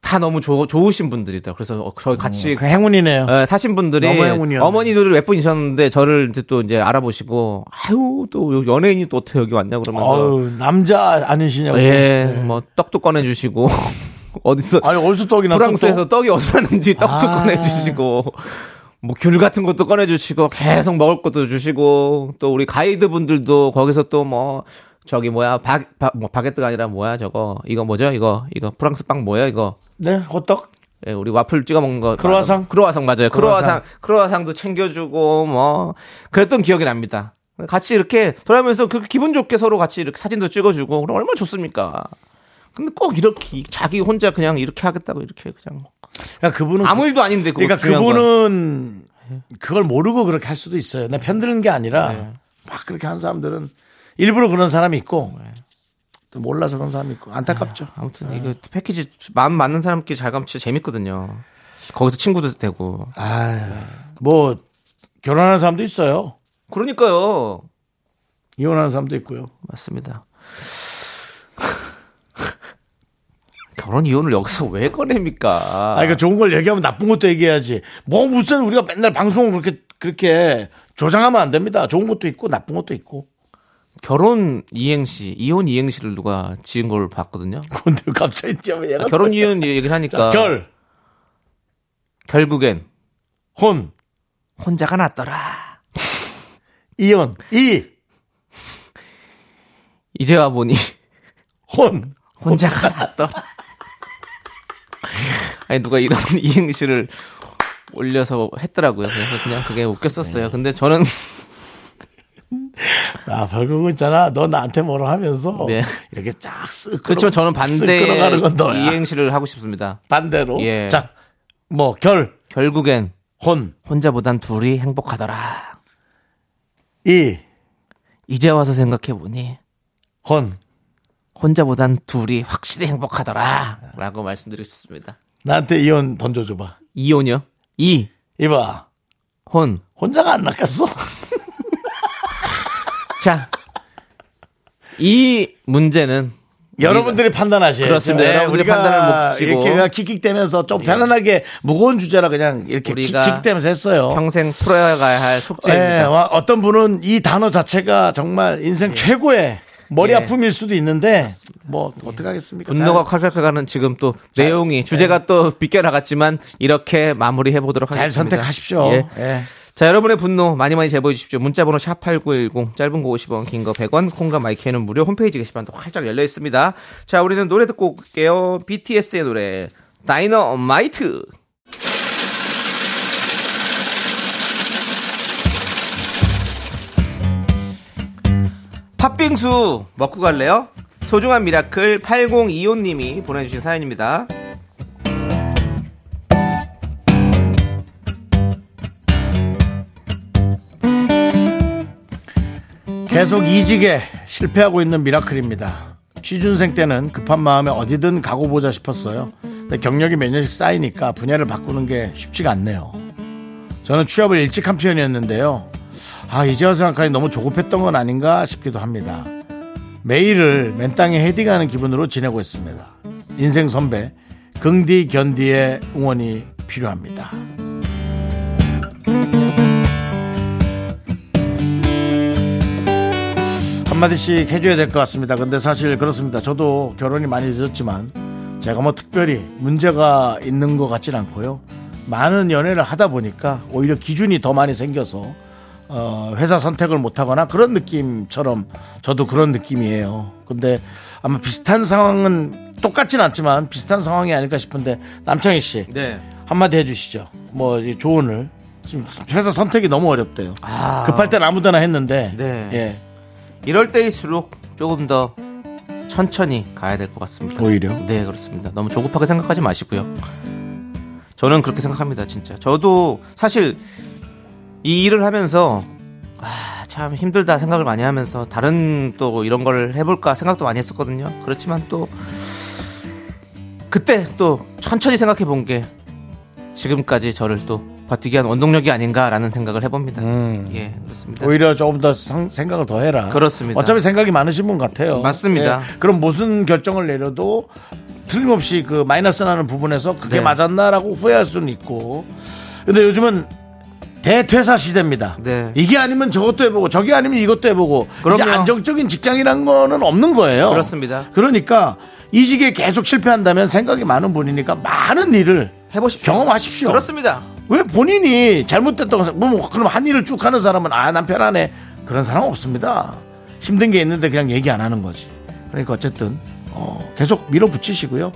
Speaker 2: 다 너무 좋, 좋으신 분들이다. 그래서 어, 저희 같이
Speaker 1: 그 행운이네요.
Speaker 2: 예, 타신 분들이
Speaker 1: 너무 행운이었네.
Speaker 2: 어머니들을 몇 분 있었는데 저를 이제 또 이제 알아보시고 아유 또 요- 연예인이 또 어떻게 여기 왔냐 그러면서
Speaker 1: 어우 남자 아니시냐고.
Speaker 2: 예, 뭐 떡도 꺼내주시고 어디서
Speaker 1: 네. 아니 어디서 떡이 났어?
Speaker 2: 프랑스에서 떡이 어디서 났는지 떡도
Speaker 1: 아.
Speaker 2: 꺼내주시고 뭐 귤 같은 것도 꺼내주시고 계속 먹을 것도 주시고 또 우리 가이드 분들도 거기서 또 뭐 저기 뭐야 바, 바, 뭐 바게트가 아니라 뭐야 저거 이거 뭐죠 이거 이거 프랑스 빵 뭐야 이거
Speaker 1: 네 호떡.
Speaker 2: 예, 우리 와플 찍어 먹는 거.
Speaker 1: 크로와상?
Speaker 2: 크로와상 맞아요.
Speaker 1: 크로와상.
Speaker 2: 크로와상. 크로와상도 챙겨주고 뭐 그랬던 기억이 납니다. 같이 이렇게 돌아가면서 그 기분 좋게 서로 같이 이렇게 사진도 찍어주고 그럼 얼마나 좋습니까? 근데 꼭 이렇게 자기 혼자 그냥 이렇게 하겠다고 이렇게 그냥 뭐.
Speaker 1: 그러니까 그분은
Speaker 2: 아무 일도 아닌데 그거
Speaker 1: 그러니까
Speaker 2: 중요한 건.
Speaker 1: 그분은 그걸 모르고 그렇게 할 수도 있어요. 내 편드는 게 아니라
Speaker 2: 네.
Speaker 1: 막 그렇게 하는 사람들은 일부러 그런 사람이 있고
Speaker 2: 네.
Speaker 1: 또 몰라서 그런 사람이 있고 안타깝죠.
Speaker 2: 아무튼 이거 패키지 마음 맞는 사람끼리 잘 가면 진짜 재밌거든요. 거기서 친구도 되고.
Speaker 1: 뭐 결혼하는 사람도 있어요.
Speaker 2: 그러니까요.
Speaker 1: 이혼하는 사람도 있고요.
Speaker 2: 맞습니다. 결혼 이혼을 여기서 왜 꺼냅니까?
Speaker 1: 아, 그러니까 좋은 걸 얘기하면 나쁜 것도 얘기해야지. 뭐 무슨 우리가 맨날 방송을 그렇게 그렇게 조장하면 안 됩니다. 좋은 것도 있고 나쁜 것도 있고.
Speaker 2: 결혼 이행시, 이혼 이행시를 누가 지은 걸 봤거든요. 그러니까
Speaker 1: 근데 갑자기 뛰어 얘가
Speaker 2: 아, 결혼 이혼 얘기를 하니까
Speaker 1: 결,
Speaker 2: 결국엔
Speaker 1: 혼,
Speaker 2: 혼자가 낫더라.
Speaker 1: 이혼, 이,
Speaker 2: 이제 와 보니
Speaker 1: 혼.
Speaker 2: 혼자가 낫더라. 아니 누가 이런 이행시를 올려서 했더라고요. 그래서 그냥 그게
Speaker 1: 네.
Speaker 2: 웃겼었어요. 근데 저는
Speaker 1: 아, 결국은 있잖아. 너 나한테 뭐라 하면서
Speaker 2: 네.
Speaker 1: 이렇게 쫙 쓱.
Speaker 2: 그렇지만 저는 반대
Speaker 1: 어. 끌어가는 건 너야.
Speaker 2: 이행시를 하고 싶습니다.
Speaker 1: 반대로.
Speaker 2: 예.
Speaker 1: 자, 뭐 결,
Speaker 2: 결국엔
Speaker 1: 혼,
Speaker 2: 혼자보단 둘이 행복하더라.
Speaker 1: 이,
Speaker 2: 이제 와서 생각해 보니
Speaker 1: 혼.
Speaker 2: 혼자보단 둘이 확실히 행복하더라라고 말씀드리고 싶습니다.
Speaker 1: 나한테 이혼 던져줘봐.
Speaker 2: 이혼요? 이
Speaker 1: 이봐,
Speaker 2: 혼.
Speaker 1: 혼자가 안 낚였어.
Speaker 2: 자. 이 문제는
Speaker 1: 여러분들이 판단하셔야죠.
Speaker 2: 그렇습니다.
Speaker 1: 예,
Speaker 2: 여러분들이
Speaker 1: 우리가
Speaker 2: 판단을 못 지키고. 예.
Speaker 1: 이렇게 그냥 킥킥대면서 좀 편안하게 무거운 주제라 그냥 이렇게
Speaker 2: 우리가
Speaker 1: 킥킥대면서 했어요.
Speaker 2: 평생 풀어가야 할
Speaker 1: 예,
Speaker 2: 숙제입니다.
Speaker 1: 와, 어떤 분은 이 단어 자체가 정말 인생 최고의 머리
Speaker 2: 예.
Speaker 1: 아픔일 수도 있는데 뭐 어떡하겠습니까?
Speaker 2: 분노가 칼칼칼 가는 지금 또 내용이 주제가 또 빗겨나갔지만 이렇게 마무리해 보도록
Speaker 1: 네. 잘, 잘
Speaker 2: 하겠습니다.
Speaker 1: 선택하십시오.
Speaker 2: 예.
Speaker 1: 예.
Speaker 2: 자, 여러분의 분노 많이 많이 제보해 주십시오. 문자번호 샵8910, 짧은 거 50원, 긴 거 100원, 콩과 마이크는 무료, 홈페이지 게시판도 활짝 열려 있습니다. 자, 우리는 노래 듣고 올게요. BTS의 노래, 다이너마이트. 팥빙수 먹고 갈래요? 소중한 미라클 8025님이 보내주신 사연입니다.
Speaker 1: 계속 이직에 실패하고 있는 미라클입니다. 취준생 때는 급한 마음에 어디든 가고 보자 싶었어요. 근데 경력이 몇 년씩 쌓이니까 분야를 바꾸는 게 쉽지가 않네요. 저는 취업을 일찍 한 편이었는데요. 아, 이제 와서 생각하니 너무 조급했던 건 아닌가 싶기도 합니다. 매일을 맨 땅에 헤딩하는 기분으로 지내고 있습니다. 인생 선배, 긍디 견디의 응원이 필요합니다. 한마디씩 해줘야 될 것 같습니다. 근데 사실 그렇습니다. 저도 결혼이 많이 늦었지만 제가 뭐 특별히 문제가 있는 것 같진 않고요. 많은 연애를 하다 보니까 오히려 기준이 더 많이 생겨서 어, 회사 선택을 못하거나 그런 느낌처럼 저도 그런 느낌이에요. 근데 아마 비슷한 상황은 똑같진 않지만 비슷한 상황이 아닐까 싶은데 남창희 씨
Speaker 2: 네.
Speaker 1: 한마디 해주시죠. 뭐이 조언을 지금 회사 선택이 너무 어렵대요. 급할 땐 아무데나 했는데
Speaker 2: 네.
Speaker 1: 예.
Speaker 2: 이럴 때일수록 조금 더 천천히 가야 될 것 같습니다.
Speaker 1: 오히려?
Speaker 2: 네, 그렇습니다. 너무 조급하게 생각하지 마시고요. 저는 그렇게 생각합니다, 진짜. 저도 사실 이 일을 하면서 아, 참 힘들다 생각을 많이 하면서 다른 또 이런 걸 해볼까 생각도 많이 했었거든요. 그렇지만 또 그때 또 천천히 생각해 본 게 지금까지 저를 또 버티게 한 원동력이 아닌가라는 생각을 해봅니다. 예, 그렇습니다.
Speaker 1: 음. 오히려 조금 더 상- 생각을 더 해라.
Speaker 2: 그렇습니다.
Speaker 1: 어차피 생각이 많으신 분 같아요.
Speaker 2: 맞습니다.
Speaker 1: 예, 그럼 무슨 결정을 내려도 틀림없이 그 마이너스 나는 부분에서 그게
Speaker 2: 네.
Speaker 1: 맞았나라고 후회할 수는 있고. 근데 요즘은 대퇴사 시대입니다.
Speaker 2: 네.
Speaker 1: 이게 아니면 저것도 해보고 저게 아니면 이것도 해보고 이제
Speaker 2: 그럼요.
Speaker 1: 안정적인 직장이란 거는 없는 거예요.
Speaker 2: 그렇습니다.
Speaker 1: 그러니까 이직에 계속 실패한다면 생각이 많은 분이니까 많은 일을
Speaker 2: 해보십시오.
Speaker 1: 경험하십시오.
Speaker 2: 그렇습니다.
Speaker 1: 왜 본인이 잘못됐다고 생각, 뭐, 뭐, 그럼 한 일을 쭉 하는 사람은 아, 난 편하네. 그런 사람 은 없습니다. 힘든 게 있는데 그냥 얘기 안 하는 거지. 그러니까 어쨌든, 어, 계속 밀어붙이시고요.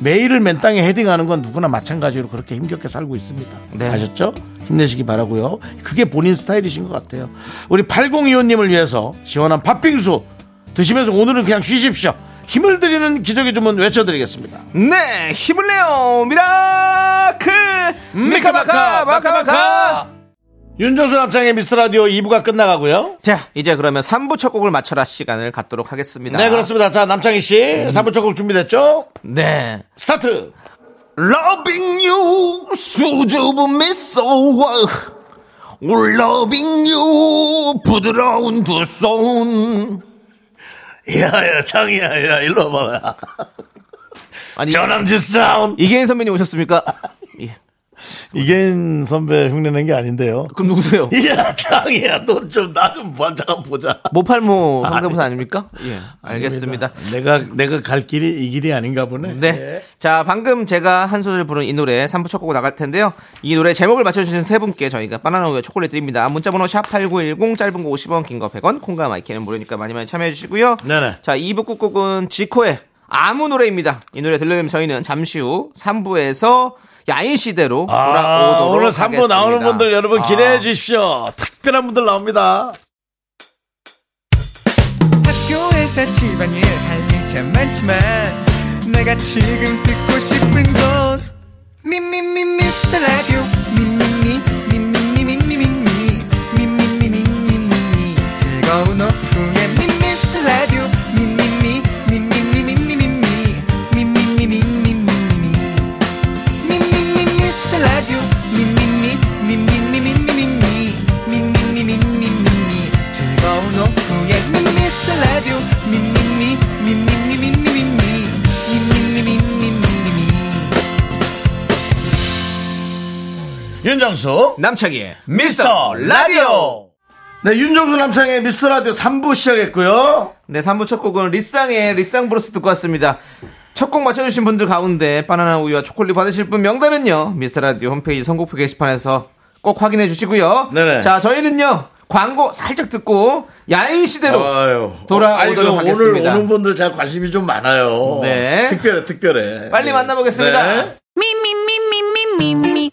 Speaker 1: 매일을 맨 땅에 헤딩하는 건 누구나 마찬가지로 그렇게 힘겹게 살고 있습니다.
Speaker 2: 네.
Speaker 1: 아셨죠? 힘내시기 바라고요. 그게 본인 스타일이신 것 같아요. 우리 8025님을 위해서 시원한 팥빙수 드시면서 오늘은 그냥 쉬십시오. 힘을 드리는 기적의 주문 외쳐드리겠습니다.
Speaker 2: 네, 힘을 내요. 미라클! 미카마카! 마카마카!
Speaker 1: 윤정수 남창의 미스터라디오 2부가 끝나가고요.
Speaker 2: 자, 이제 그러면 3부 첫 곡을 맞춰라 시간을 갖도록 하겠습니다.
Speaker 1: 네 그렇습니다. 자 남창희 씨 3부 첫곡 준비됐죠?
Speaker 2: 네.
Speaker 1: 스타트.
Speaker 2: Loving you, 수줍음 미소와 Loving you, 부드러운 두 손.
Speaker 1: 야야 창희야 야 일로 와봐.
Speaker 2: 아니,
Speaker 1: 전남지 사운드.
Speaker 2: 이계인 선배님 오셨습니까? 예.
Speaker 1: 이겐 선배 흉내낸 게 아닌데요.
Speaker 2: 그럼 누구세요?
Speaker 1: 야 창희야 너 좀 나 좀 잠깐 보자.
Speaker 2: 모팔모 상대부사 아닙니까? 예, 알겠습니다.
Speaker 1: 내가 내가 갈 길이 이 길이 아닌가 보네.
Speaker 2: 네. 자, 방금 제가 한 소절 부른 이 노래 3부 첫 곡으로 나갈 텐데요. 이 노래 제목을 맞춰주신 세 분께 저희가 바나나 우유 초콜릿 드립니다. 문자번호 샵8910 짧은 거 50원, 긴 거 100원, 콩과 마이크는 무료니까 많이 많이 참여해주시고요.
Speaker 1: 네네.
Speaker 2: 자, 2부 끝곡은 지코의 아무 노래입니다. 이 노래 들려면 저희는 잠시 후 3부에서 야인시대로
Speaker 1: 아,
Speaker 2: 돌아오도록
Speaker 1: 오늘 3부
Speaker 2: 하겠습니다.
Speaker 1: 나오는 분들 여러분
Speaker 2: 아.
Speaker 1: 기대해 주십시오. 특별한 분들 나옵니다.
Speaker 5: 학교에서 집안일 할 일 참 많지만 내가 지금 듣고 싶은 건 미미미 미스터 라디오 미미미 미미미 미미미 미미미 미미미 즐거운 오후에 미스터 라디오 미미미 미미미 미미미 미미미 미미미 미미미
Speaker 1: 윤정수
Speaker 2: 남창희의
Speaker 1: 미스터 라디오. 네 윤정수 남창의 미스터 라디오 3부 시작했고요.
Speaker 2: 네, 3부 첫 곡은 리쌍의 리쌍 브로스 듣고 왔습니다. 첫 곡 맞춰주신 분들 가운데 바나나 우유와 초콜릿 받으실 분 명단은요, 미스터라디오 홈페이지 선곡표 게시판에서 꼭 확인해 주시고요.
Speaker 1: 네네.
Speaker 2: 자, 저희는요, 광고 살짝 듣고, 야인시대로 돌아오도록
Speaker 1: 아니, 그럼
Speaker 2: 하겠습니다.
Speaker 1: 오늘 오는 분들 잘 관심이 좀 많아요.
Speaker 2: 네.
Speaker 1: 특별해, 특별해.
Speaker 2: 빨리 만나보겠습니다.
Speaker 1: 네.
Speaker 4: 미미미미미미미미미미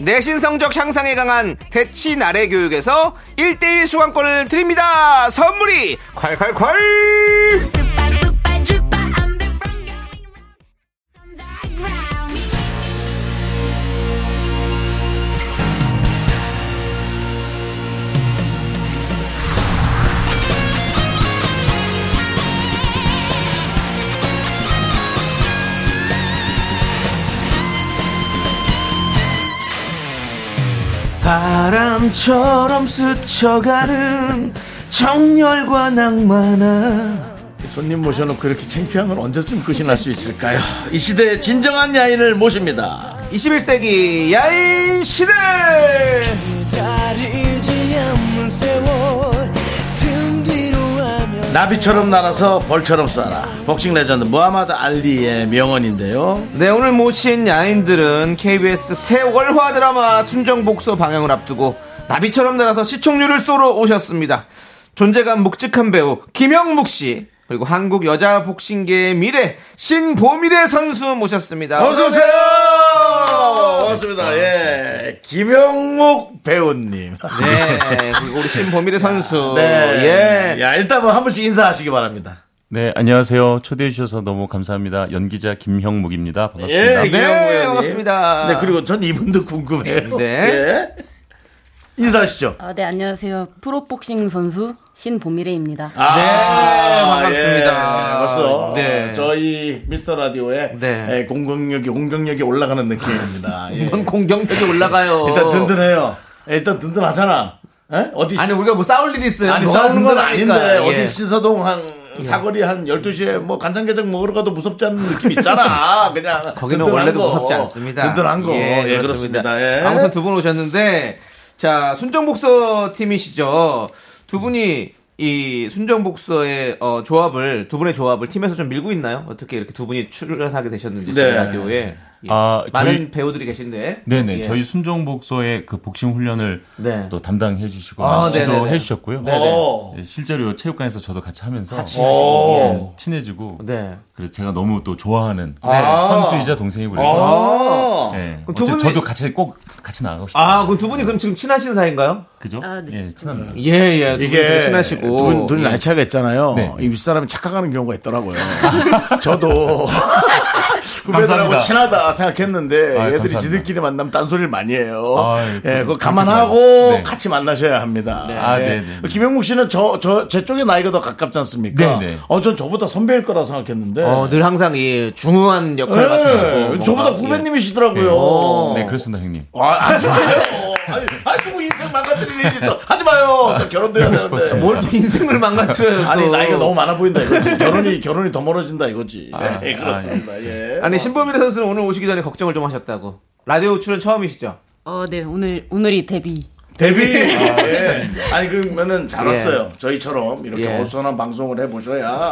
Speaker 2: 내신 성적 향상에 강한 대치 나래 교육에서 1대1 수강권을 드립니다 선물이 콸콸콸 바람처럼 스쳐가는 정열과 낭만아
Speaker 1: 손님 모셔놓고 그렇게 창피한 건 언제쯤 끝이 날 수 있을까요 이 시대의 진정한 야인을 모십니다
Speaker 2: 21세기 야인 시대
Speaker 1: 나비처럼 날아서 벌처럼 쏴라 복싱 레전드 무하마드 알리의 명언인데요
Speaker 2: 네 오늘 모신 야인들은 KBS 새 월화 드라마 순정복소 방영을 앞두고 나비처럼 날아서 시청률을 쏘러 오셨습니다 존재감 묵직한 배우 김영묵 씨 그리고 한국 여자 복싱계의 미래 신보미래 선수 모셨습니다
Speaker 1: 어서오세요 반갑습니다 예 김영목 배우님
Speaker 2: 네 그리고 우리 신보미래 선수
Speaker 1: 네.
Speaker 2: 예.
Speaker 1: 야, 일단 뭐한 분씩 인사하시기 바랍니다
Speaker 6: 네, 안녕하세요. 초대해 주셔서 너무 감사합니다. 연기자 김형묵입니다. 반갑습니다.
Speaker 1: 예,
Speaker 2: 네,
Speaker 1: 김영목 의원님.
Speaker 2: 반갑습니다.
Speaker 1: 네, 그리고 전 이분도 궁금해요.
Speaker 2: 네.
Speaker 1: 예. 인사하시죠.
Speaker 7: 아, 네, 안녕하세요. 프로복싱 선수 신보미래입니다.
Speaker 1: 아,
Speaker 2: 네, 반갑습니다.
Speaker 1: 예, 벌써
Speaker 2: 네.
Speaker 1: 저희 미스터 라디오의
Speaker 2: 네.
Speaker 1: 예, 공격력이 공격력이 올라가는 느낌입니다. 예.
Speaker 2: 뭔 공격력이 올라가요.
Speaker 1: 일단 든든해요. 예, 일단 든든하잖아. 예? 어디
Speaker 2: 어. 아니 우리가 뭐 싸울 일이 있어요.
Speaker 1: 아니
Speaker 2: 너가
Speaker 1: 싸우는 건
Speaker 2: 든든하니까.
Speaker 1: 아닌데
Speaker 2: 예.
Speaker 1: 어디 신사동 한 사거리 한 12시에 뭐 간장게장 먹으러 가도 무섭지 않은 느낌 있잖아. 그냥
Speaker 2: 거기는
Speaker 1: 든든한
Speaker 2: 원래도
Speaker 1: 거.
Speaker 2: 무섭지 않습니다.
Speaker 1: 든든한 거. 예, 그렇습니다. 예.
Speaker 2: 아무튼 두 분 오셨는데 자 순정복서 팀이시죠. 두 분이 이 순정복서의 어, 조합을 두 분의 조합을 팀에서 좀 밀고 있나요? 어떻게 이렇게 두 분이 출연하게 되셨는지 저희
Speaker 1: 네.
Speaker 2: 라디오에 예.
Speaker 6: 아, 저희-
Speaker 2: 많은 배우들이 계신데
Speaker 6: 네네
Speaker 2: 예.
Speaker 6: 저희 순종 복서의 그 복싱 훈련을
Speaker 2: 네.
Speaker 6: 또 담당해 주시고
Speaker 2: 아, 네네네.
Speaker 6: 지도해 주셨고요.
Speaker 2: 네네.
Speaker 1: 오.
Speaker 6: 예, 실제로 체육관에서 저도 같이 하면서
Speaker 1: 오.
Speaker 6: 예, 친해지고
Speaker 2: 네.
Speaker 6: 그리고 제가 너무 또 좋아하는 네,
Speaker 1: 아.
Speaker 6: 선수이자 동생이고요.
Speaker 1: 아.
Speaker 6: 예,
Speaker 2: 그럼 두
Speaker 6: 어째-
Speaker 2: 분이-
Speaker 6: 저도 같이 꼭 같이 나가고 싶어요.
Speaker 2: 아, 그 두 분이 그럼 지금 친하신 사이인가요?
Speaker 6: 그죠?
Speaker 7: 아, 네.
Speaker 6: 예, 친합니다.
Speaker 2: 예, 예. 두 분이 되게
Speaker 1: 이게
Speaker 2: 친하시고
Speaker 1: 두 분이
Speaker 2: 예.
Speaker 1: 나이 차이가 있잖아요.
Speaker 6: 네.
Speaker 1: 이 윗사람이 착각하는 경우가 있더라고요. 저도 그
Speaker 6: 감사합니다.
Speaker 1: 후배들하고 친하다 생각했는데
Speaker 6: 아,
Speaker 1: 얘들이
Speaker 6: 감사합니다.
Speaker 1: 지들끼리 만나면 딴소리를 많이 해요.
Speaker 6: 아,
Speaker 1: 예,
Speaker 6: 그-
Speaker 1: 그거 감안하고
Speaker 6: 네.
Speaker 1: 같이 만나셔야 합니다.
Speaker 6: 아,
Speaker 1: 예.
Speaker 6: 네, 네, 네.
Speaker 1: 김영국 씨는 저, 저, 제 쪽에 나이가 더 가깝지 않습니까?
Speaker 6: 네, 네.
Speaker 1: 어, 전 저보다 선배일 거라 생각했는데.
Speaker 2: 어, 늘 항상 이 중후한
Speaker 1: 예,
Speaker 2: 역할을 맡으시고 뭔가,
Speaker 1: 저보다
Speaker 2: 예.
Speaker 1: 후배님이시더라고요.
Speaker 6: 뭐, 아, 네, 그렇습니다, 형님.
Speaker 1: 아, 하지 마요. 아니, 아니, 누구 인생 망가뜨리는 일이 있어. 하지 마요. 또 결혼도 해야 되는데.
Speaker 6: 싶었어요.
Speaker 2: 뭘또 인생을 망가뜨려요. 또.
Speaker 1: 아니 나이가 너무 많아 보인다 이거지 결혼이 결혼이 더 멀어진다 이거지 예, 그렇습니다 예
Speaker 2: 아, 아니 신보미래 선수는 오늘 오시기 전에 걱정을 좀 하셨다고. 라디오 출연 처음이시죠?
Speaker 7: 어, 네, 오늘, 오늘이 데뷔.
Speaker 1: 데뷔 아, 예. 아니 그러면은 잘
Speaker 2: 네. 예.
Speaker 1: 왔어요 저희처럼 이렇게
Speaker 2: 예.
Speaker 1: 어수선한 방송을 해보셔야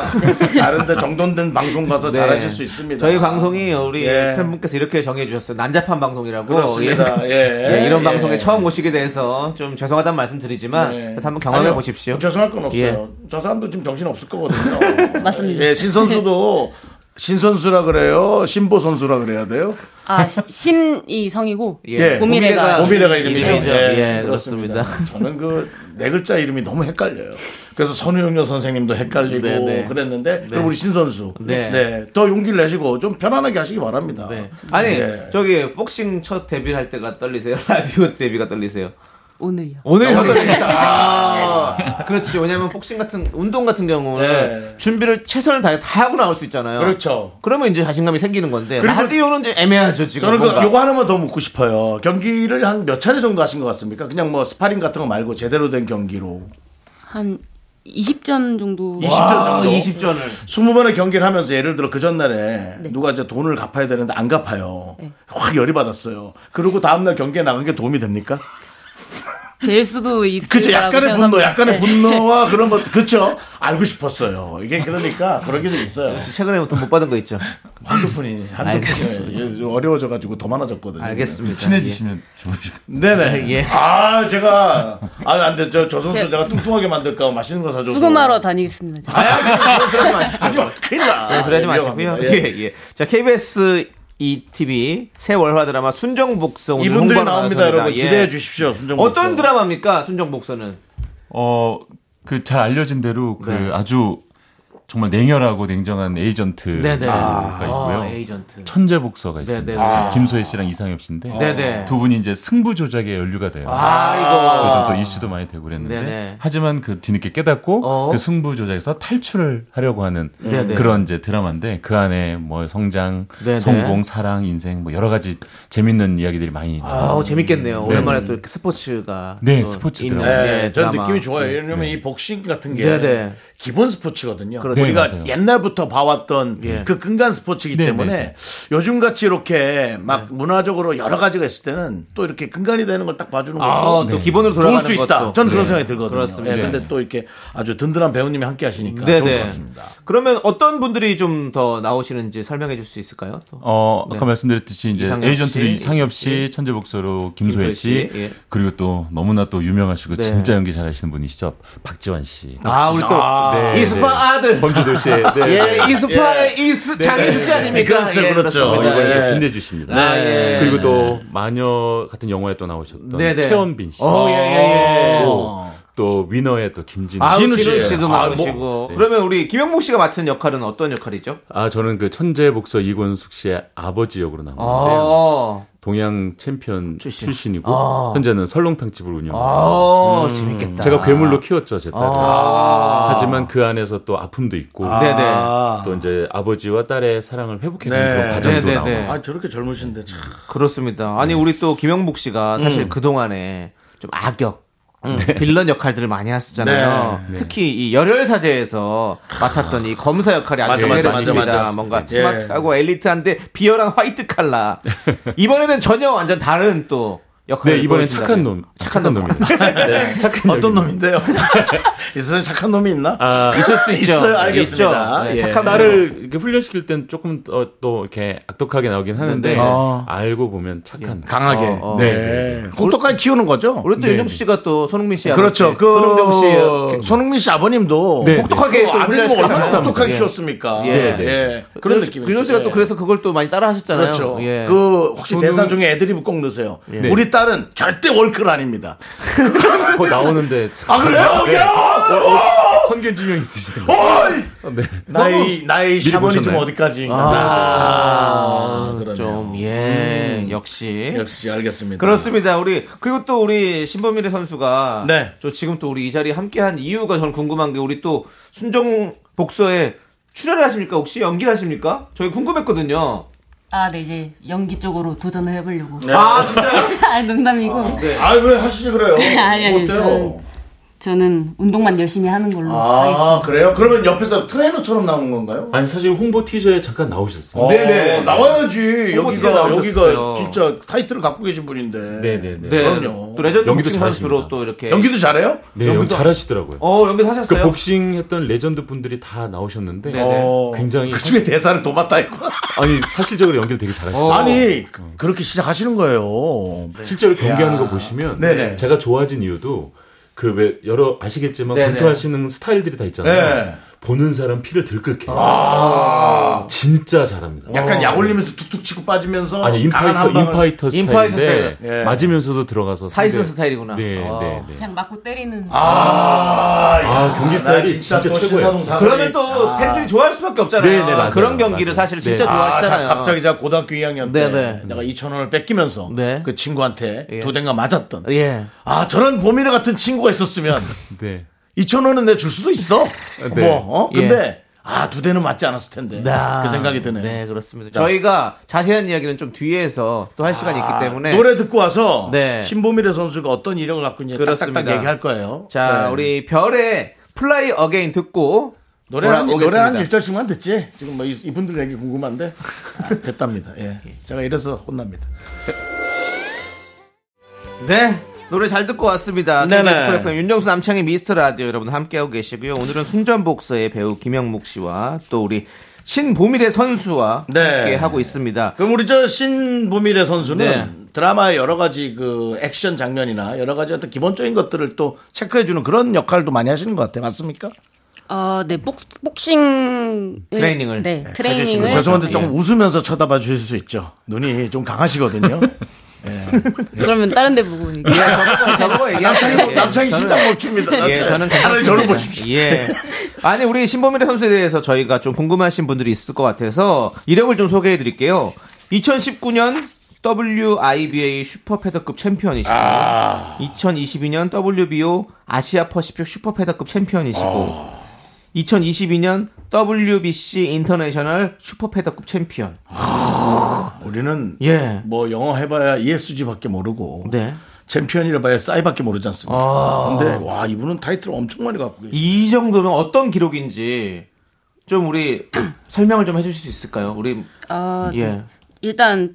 Speaker 1: 다른데 정돈된 방송 가서
Speaker 2: 네.
Speaker 1: 잘하실 수 있습니다
Speaker 2: 저희 방송이 우리
Speaker 1: 예.
Speaker 2: 팬분께서 이렇게 정해 주셨어요. 난잡한 방송이라고.
Speaker 1: 그렇습니다. 예.
Speaker 2: 이런
Speaker 1: 예.
Speaker 2: 방송에 처음 오시게 돼서 좀 죄송하다는 말씀드리지만
Speaker 1: 네.
Speaker 2: 그래도 한번 경험해
Speaker 1: 아니요, 뭐
Speaker 2: 보십시오. 예.
Speaker 1: 죄송할 건 없어요. 저 사람도 지금 정신 없을 거거든요.
Speaker 7: 맞습니다.
Speaker 1: 예, 신 선수도 신 선수라 그래요. 신보 선수라 그래야 돼요.
Speaker 7: 아, 시- 신이 성이고,
Speaker 1: 예.
Speaker 7: 보미래가
Speaker 1: 고미래가 이름이죠.
Speaker 2: 아, 이름이죠.
Speaker 1: 예,
Speaker 2: 예, 그렇습니다.
Speaker 1: 저는 그 네 글자 이름이 너무 헷갈려요. 그래서 선우용여 선생님도 헷갈리고
Speaker 2: 네, 네.
Speaker 1: 그랬는데 그리고 우리 신 선수
Speaker 2: 네.
Speaker 1: 네. 더 용기를 내시고 좀 편안하게 하시기 바랍니다.
Speaker 2: 네. 아니
Speaker 1: 예.
Speaker 2: 저기 복싱 첫 데뷔를 할 때가 떨리세요? 라디오 데뷔가 떨리세요?
Speaker 7: 오늘이요.
Speaker 2: 오늘 더 떨리시다. 아, 그렇지. 왜냐면 복싱 같은 운동 같은 경우는
Speaker 1: 네.
Speaker 2: 준비를 최선을 다해 다 하고 나올 수 있잖아요.
Speaker 1: 그렇죠.
Speaker 2: 그러면 이제 자신감이 생기는 건데
Speaker 1: 그리고
Speaker 2: 라디오는 좀 애매하죠 지금.
Speaker 1: 저는 그
Speaker 2: 뭔가.
Speaker 1: 요거 하나만 더 묻고 싶어요. 경기를 한 몇 차례 정도 하신 것 같습니까? 그냥 뭐 스파링 같은 거 말고 제대로 된 경기로
Speaker 7: 한 20전 정도.
Speaker 1: 20전
Speaker 2: 아,
Speaker 1: 정도.
Speaker 2: 20전을.
Speaker 1: 20번의 경기를 하면서 예를 들어 그 전날에 누가 이제 돈을 갚아야 되는데 안 갚아요. 확 열이 받았어요. 그리고 다음날 경기에 나간 게 도움이 됩니까?
Speaker 7: 될 수도 있을
Speaker 1: 그죠.
Speaker 7: 거라고
Speaker 1: 약간의 분노,
Speaker 7: 생각합니다.
Speaker 1: 약간의
Speaker 7: 네.
Speaker 1: 분노와 그런 것, 그쵸? 알고 싶었어요. 이게 그러니까 그런 게 좀 있어요.
Speaker 2: 최근에 돈 못 받은 거 있죠.
Speaker 1: 한두푼이,
Speaker 2: 알겠습니다.
Speaker 1: 한두푼이 어려워져가지고 더 많아졌거든요.
Speaker 2: 알겠습니다.
Speaker 6: 친해지시면 좋으실 것
Speaker 1: 네네.
Speaker 2: 예. 네.
Speaker 1: 아, 제가, 아, 안 돼. 저, 저 선수 제가 뚱뚱하게 만들까 맛있는 거 사줘서.
Speaker 7: 수금하러 다니겠습니다. 지금.
Speaker 2: 그러지 마십시오.
Speaker 1: 하지 마. 큰일 나.
Speaker 2: 네, 그러지
Speaker 1: 예,
Speaker 2: 마시고요.
Speaker 1: 위험합니다.
Speaker 2: 예, 예. 자, KBS ETV 새 월화 드라마 순정복성 오늘
Speaker 1: 이분들이
Speaker 2: 홍보하러
Speaker 1: 나옵니다,
Speaker 2: 나섰습니다.
Speaker 1: 여러분.
Speaker 2: 예.
Speaker 1: 기대해 주십시오, 순정.
Speaker 2: 어떤 드라마입니까? 순정복서는.
Speaker 6: 어, 그 잘 알려진 대로 그
Speaker 2: 네.
Speaker 6: 아주 정말 냉혈하고 냉정한 에이전트가
Speaker 2: 네네.
Speaker 6: 있고요.
Speaker 2: 아, 에이전트.
Speaker 6: 천재 복서가 있습니다.
Speaker 2: 네네. 아.
Speaker 6: 김소혜 씨랑 이상엽 씨인데
Speaker 2: 네네.
Speaker 6: 두 분이 이제 승부 조작에 연루가 돼요.
Speaker 2: 아,
Speaker 6: 요즘 또 이슈도 많이 되고 그랬는데
Speaker 2: 네네.
Speaker 6: 하지만 그 뒤늦게 깨닫고
Speaker 2: 어.
Speaker 6: 그 승부 조작에서 탈출을 하려고 하는
Speaker 2: 네네.
Speaker 6: 그런 이제 드라마인데 그 안에 뭐 성장,
Speaker 2: 네네.
Speaker 6: 성공, 사랑, 인생 뭐 여러 가지 재밌는 이야기들이 많이
Speaker 2: 이거. 아우, 어, 재밌겠네요. 오랜만에 또 이렇게 스포츠가.
Speaker 6: 네,
Speaker 2: 또
Speaker 6: 스포츠
Speaker 2: 있는,
Speaker 6: 드라마.
Speaker 2: 예,
Speaker 1: 네, 전
Speaker 2: 드라마.
Speaker 1: 느낌이 좋아요. 왜냐면 이 복싱 같은 게
Speaker 2: 네네.
Speaker 1: 기본 스포츠거든요.
Speaker 2: 그렇죠.
Speaker 1: 우리가
Speaker 6: 네, 맞아요.
Speaker 1: 옛날부터 봐왔던
Speaker 2: 예.
Speaker 1: 그 근간 스포츠이기
Speaker 6: 네네.
Speaker 1: 때문에 요즘 같이 이렇게
Speaker 2: 네.
Speaker 1: 막 문화적으로 여러 가지가 있을 때는 또 이렇게 근간이 되는 걸 딱 봐주는 것도
Speaker 2: 아, 또 기본으로
Speaker 1: 좋을
Speaker 2: 돌아가는
Speaker 1: 수 있다.
Speaker 2: 것도.
Speaker 1: 전 그런
Speaker 2: 네.
Speaker 1: 생각이 들거든요.
Speaker 2: 그렇습니다. 네.
Speaker 1: 예, 근데 또 이렇게 아주 든든한 배우님이 함께 하시니까 좋은 것
Speaker 2: 네네.
Speaker 1: 같습니다.
Speaker 2: 그러면 어떤 분들이 좀 더 나오시는지 설명해 줄 수 있을까요? 또?
Speaker 6: 어, 아까
Speaker 2: 네.
Speaker 6: 말씀드렸듯이 이제
Speaker 2: 이상엽
Speaker 6: 에이전트로
Speaker 2: 씨, 예.
Speaker 6: 이상엽 씨, 천재 복서로 김소혜
Speaker 2: 김소혜
Speaker 6: 씨,
Speaker 2: 씨, 예.
Speaker 6: 그리고 또 너무나 또 유명하시고
Speaker 2: 네.
Speaker 6: 진짜 연기 잘하시는 분이시죠. 박지원 씨.
Speaker 2: 아, 우리 또 이스파 아들.
Speaker 6: 범주도 씨의 네.
Speaker 2: 예, 이스파의 이스 장이수 씨 아닙니까?
Speaker 1: 그렇죠,
Speaker 2: 예,
Speaker 1: 그렇죠.
Speaker 6: 어,
Speaker 2: 그렇습니다.
Speaker 6: 이번에
Speaker 1: 네.
Speaker 6: 빛내 주십니다.
Speaker 2: 아, 예.
Speaker 6: 그리고 또 마녀 같은 영화에 또 나오셨던
Speaker 2: 네네.
Speaker 6: 최원빈 씨.
Speaker 2: 어, 예, 예, 예.
Speaker 6: 또 위너의 또 김진우
Speaker 2: 아, 네.
Speaker 6: 씨.
Speaker 2: 진우
Speaker 1: 진우 씨.
Speaker 2: 씨도
Speaker 1: 아,
Speaker 2: 나오시고. 그러면 우리 김영목 씨가 맡은 역할은 어떤 역할이죠?
Speaker 6: 아 저는 그 천재 복서 이권숙 씨의 아버지 역으로 나오는데요.
Speaker 2: 아,
Speaker 6: 동양 챔피언
Speaker 2: 출신.
Speaker 6: 출신. 이고
Speaker 2: 아.
Speaker 6: 현재는 설렁탕 집을 운영하고
Speaker 2: 어, 재밌겠다.
Speaker 6: 제가 괴물로 키웠죠 제 딸을.
Speaker 2: 아.
Speaker 6: 하지만 그 안에서 또 아픔도 있고
Speaker 2: 네네.
Speaker 6: 또 이제 아버지와 딸의 사랑을 회복해가는
Speaker 1: 네.
Speaker 6: 그런 과정도
Speaker 2: 네네네.
Speaker 6: 나오고
Speaker 1: 아 저렇게 젊으신데 참.
Speaker 2: 그렇습니다.
Speaker 1: 네.
Speaker 2: 아니 우리 또 김영복 씨가 사실
Speaker 1: 음.
Speaker 2: 그 동안에 좀 악역. 네. 빌런 역할들을 많이 하셨잖아요.
Speaker 1: 네.
Speaker 2: 특히 이 열혈 사제에서 맡았던 이 검사 역할이 아주
Speaker 1: 맞아, 맞아, 맞아,
Speaker 2: 매력입니다.
Speaker 1: 맞아.
Speaker 2: 뭔가
Speaker 1: 예.
Speaker 2: 스마트하고 엘리트한데 비열한 화이트 칼라. 이번에는 전혀 완전 다른 또 역할을
Speaker 6: 네 이번엔
Speaker 2: 보여주신다면.
Speaker 6: 착한 놈 착한,
Speaker 2: 착한
Speaker 6: 놈입니다 네, 착한
Speaker 1: 어떤
Speaker 6: 놈입니다.
Speaker 1: 놈인데요? 이 세상에 착한 놈이 있나?
Speaker 6: 아,
Speaker 2: 있을 수 있죠.
Speaker 1: 있어요, 알겠습니다.
Speaker 2: 있죠. 네,
Speaker 1: 예.
Speaker 2: 착한 나를
Speaker 6: 나를 이렇게 훈련시킬 땐 조금 더 또 이렇게 악독하게 나오긴 하는데
Speaker 2: 네.
Speaker 1: 아.
Speaker 6: 알고 보면 착한
Speaker 1: 강하게.
Speaker 2: 어, 어.
Speaker 1: 네. 고독까지 키우는 거죠?
Speaker 2: 우리 또 윤정수 씨가 또 손흥민 씨하고
Speaker 1: 그렇죠.
Speaker 2: 이렇게 손흥정 씨
Speaker 1: 그 손흥민 씨 아버님도
Speaker 6: 네.
Speaker 2: 똑똑하게 또
Speaker 1: 아버님
Speaker 2: 훈련시켰잖아요.
Speaker 1: 얼마나 똑똑하게
Speaker 2: 예.
Speaker 1: 키웠습니까?
Speaker 2: 예.
Speaker 1: 예. 그런 느낌이죠.
Speaker 2: 윤정 씨가
Speaker 1: 예.
Speaker 2: 또 그래서 그걸 또 많이 따라 하셨잖아요.
Speaker 1: 그렇죠.
Speaker 2: 예.
Speaker 1: 그 혹시 대사 중에 애드립 꼭 넣으세요. 우리 딸은 절대 월클 아닙니다.
Speaker 6: 거 나오는데
Speaker 1: 아 그래요? 야!
Speaker 6: 선견지명 있으시다
Speaker 1: 어, 어이!
Speaker 6: 네.
Speaker 1: 나의 나의 샤머니즘
Speaker 6: 보셨나요?
Speaker 1: 어디까지? 아, 그러네요. 음.
Speaker 2: 좀, 예, 역시.
Speaker 1: 역시 알겠습니다.
Speaker 2: 그렇습니다. 우리, 그리고 또 우리 신범일 선수가.
Speaker 1: 네.
Speaker 2: 저 지금 또 우리 이 자리에 함께 한 이유가 저는 궁금한 게 우리 또 순정 복서에 출연을 하십니까? 혹시 연기를 하십니까? 저희 궁금했거든요.
Speaker 7: 아, 네, 이제 연기 쪽으로 도전을 해보려고.
Speaker 2: 아, 진짜요?
Speaker 7: 아, 농담이고.
Speaker 1: 아왜 하시지 그래요?
Speaker 7: 아니, 아니,
Speaker 1: 어때요?
Speaker 7: 저는 운동만 열심히 하는
Speaker 2: 음,
Speaker 7: 걸로.
Speaker 1: 아 그래요? 그러면 옆에서 트레이너처럼 나오는 건가요?
Speaker 6: 아니 사실 홍보 티저에 잠깐 나오셨어요
Speaker 1: 네네 나와야지
Speaker 2: 홍보 티저
Speaker 1: 여기가 여기가
Speaker 2: 나오셨어요.
Speaker 1: 진짜 타이틀을 갖고 계신 분인데.
Speaker 6: 네네네
Speaker 2: 네.
Speaker 1: 그럼요.
Speaker 2: 또 레전드
Speaker 6: 연기도
Speaker 2: 복싱 선수로
Speaker 6: 잘하십니다.
Speaker 2: 또 이렇게.
Speaker 1: 연기도 잘해요?
Speaker 6: 네 연기 잘하시더라고요
Speaker 2: 어, 연기도
Speaker 6: 그
Speaker 2: 하셨어요?
Speaker 6: 복싱 했던 레전드 분들이 다 나오셨는데
Speaker 2: 네네.
Speaker 1: 어,
Speaker 6: 굉장히
Speaker 1: 그 중에 대사를 도맡다 했구나.
Speaker 6: 아니 사실적으로 연기를 되게 잘하시더라고요
Speaker 2: 어.
Speaker 1: 아니 그- 그렇게 시작하시는 거예요.
Speaker 2: 네.
Speaker 6: 실제로 경기하는 거 보시면
Speaker 1: 네네.
Speaker 6: 제가 좋아진 이유도 그 왜 여러 아시겠지만
Speaker 2: 네네.
Speaker 6: 권투하시는 스타일들이 다 있잖아요.
Speaker 1: 네.
Speaker 6: 보는 사람 피를 들끓게.
Speaker 2: 아.
Speaker 6: 진짜 잘합니다.
Speaker 1: 약간 약 올리면서 툭툭 치고 빠지면서
Speaker 6: 어. 아니 인파이터
Speaker 1: 강한 한 방을-
Speaker 6: 인파이터 스타일인데
Speaker 2: 인파이터 스타일.
Speaker 1: 예.
Speaker 6: 맞으면서도 들어가서
Speaker 2: 사이스
Speaker 6: 상대-
Speaker 2: 스타일이구나.
Speaker 6: 네,
Speaker 2: 어.
Speaker 6: 네, 네.
Speaker 7: 그냥 맞고 때리는.
Speaker 1: 아, 야,
Speaker 6: 아, 경기
Speaker 1: 나
Speaker 6: 스타일이 진짜
Speaker 1: 또
Speaker 6: 최고예요.
Speaker 1: 신사동 사람이-
Speaker 2: 그러면 또
Speaker 1: 아.
Speaker 2: 팬들이 좋아할 수밖에 없잖아요.
Speaker 6: 네, 네, 맞아요.
Speaker 2: 그런 경기를
Speaker 6: 맞아요.
Speaker 2: 사실 진짜
Speaker 6: 네.
Speaker 1: 아, 자,
Speaker 2: 좋아하시잖아요.
Speaker 1: 갑자기 제가 고등학교 2학년 때
Speaker 2: 네네.
Speaker 1: 내가 2천 원을 뺏기면서
Speaker 2: 네.
Speaker 1: 그 친구한테
Speaker 2: 예.
Speaker 1: 두 대가 맞았던
Speaker 2: 예.
Speaker 1: 아 저런 보미래 같은 친구가 있었으면
Speaker 6: 네.
Speaker 1: 2천 원은 내 줄 수도 있어
Speaker 6: 네.
Speaker 1: 뭐 어?
Speaker 2: 예.
Speaker 1: 근데 아 두 대는 맞지 않았을 텐데
Speaker 2: 아,
Speaker 1: 그 생각이 드네요
Speaker 2: 네, 그렇습니다. 저희가 자세한 이야기는 좀 뒤에서 또 할 시간이 있기 때문에
Speaker 1: 아, 노래 듣고 와서
Speaker 2: 네.
Speaker 1: 신보미래 선수가 어떤 이력을 갖고 있는지 딱딱딱
Speaker 2: 그렇습니다.
Speaker 1: 얘기할 거예요
Speaker 2: 자,
Speaker 1: 네.
Speaker 2: 우리 별의 플라이 어게인 듣고
Speaker 1: 노래 한, 노래
Speaker 2: 돌아오겠습니다.
Speaker 1: 한 1절씩만 듣지? 지금 뭐 이- 이분들 얘기 궁금한데? 아, 됐답니다. 예. 제가 이래서 혼납니다.
Speaker 2: 네. 노래 잘 듣고 왔습니다.
Speaker 1: 네네.
Speaker 2: KBS 쿨 FM 윤정수 남창의 미스터 라디오 여러분 함께하고 계시고요. 오늘은 순전복서의 배우 김영목 씨와 또 우리 신보미래 선수와
Speaker 1: 네.
Speaker 2: 함께 하고 있습니다.
Speaker 1: 그럼 우리 저 신보미래 선수는
Speaker 2: 네.
Speaker 1: 드라마의 여러 가지 그 액션 장면이나 여러 가지 어떤 기본적인 것들을 또 체크해주는 그런 역할도 많이 하시는 것 같아요. 맞습니까?
Speaker 7: 어, 네, 복, 복싱.
Speaker 2: 트레이닝을.
Speaker 7: 네, 트레이닝을.
Speaker 1: 그 죄송한데
Speaker 7: 네.
Speaker 1: 조금 웃으면서 쳐다봐 주실 수 있죠. 눈이 좀 강하시거든요.
Speaker 7: 그러면 다른 데 보고 얘기
Speaker 2: 예, 저거, 저거
Speaker 1: 남창이, 남창이 심장 멈춥니다.
Speaker 2: 예, 저는
Speaker 1: 차라리 예, 저를
Speaker 2: 괜찮습니다.
Speaker 1: 보십시오. 네.
Speaker 2: 예. 아니 우리 신보미래 선수에 대해서 저희가 좀 궁금하신 분들이 있을 것 같아서 이력을 좀 소개해드릴게요. 2019년 WIBA 슈퍼패더급 챔피언이시고 2022년 WBO 아시아 퍼시픽 슈퍼패더급 챔피언이시고 2022년 WBC 인터내셔널 슈퍼패더급 챔피언.
Speaker 1: 우리는
Speaker 2: 예.
Speaker 1: 뭐 영어 해봐야 ESG밖에 모르고
Speaker 2: 네.
Speaker 1: 챔피언이라 봐야 싸이밖에 모르지 않습니까? 근데 와 이분은 타이틀 엄청 많이 갖고 계시.
Speaker 2: 이 정도면 어떤 기록인지 좀 우리 설명을 좀 해주실 수 있을까요? 우리
Speaker 7: 아, 네.
Speaker 2: 예.
Speaker 7: 일단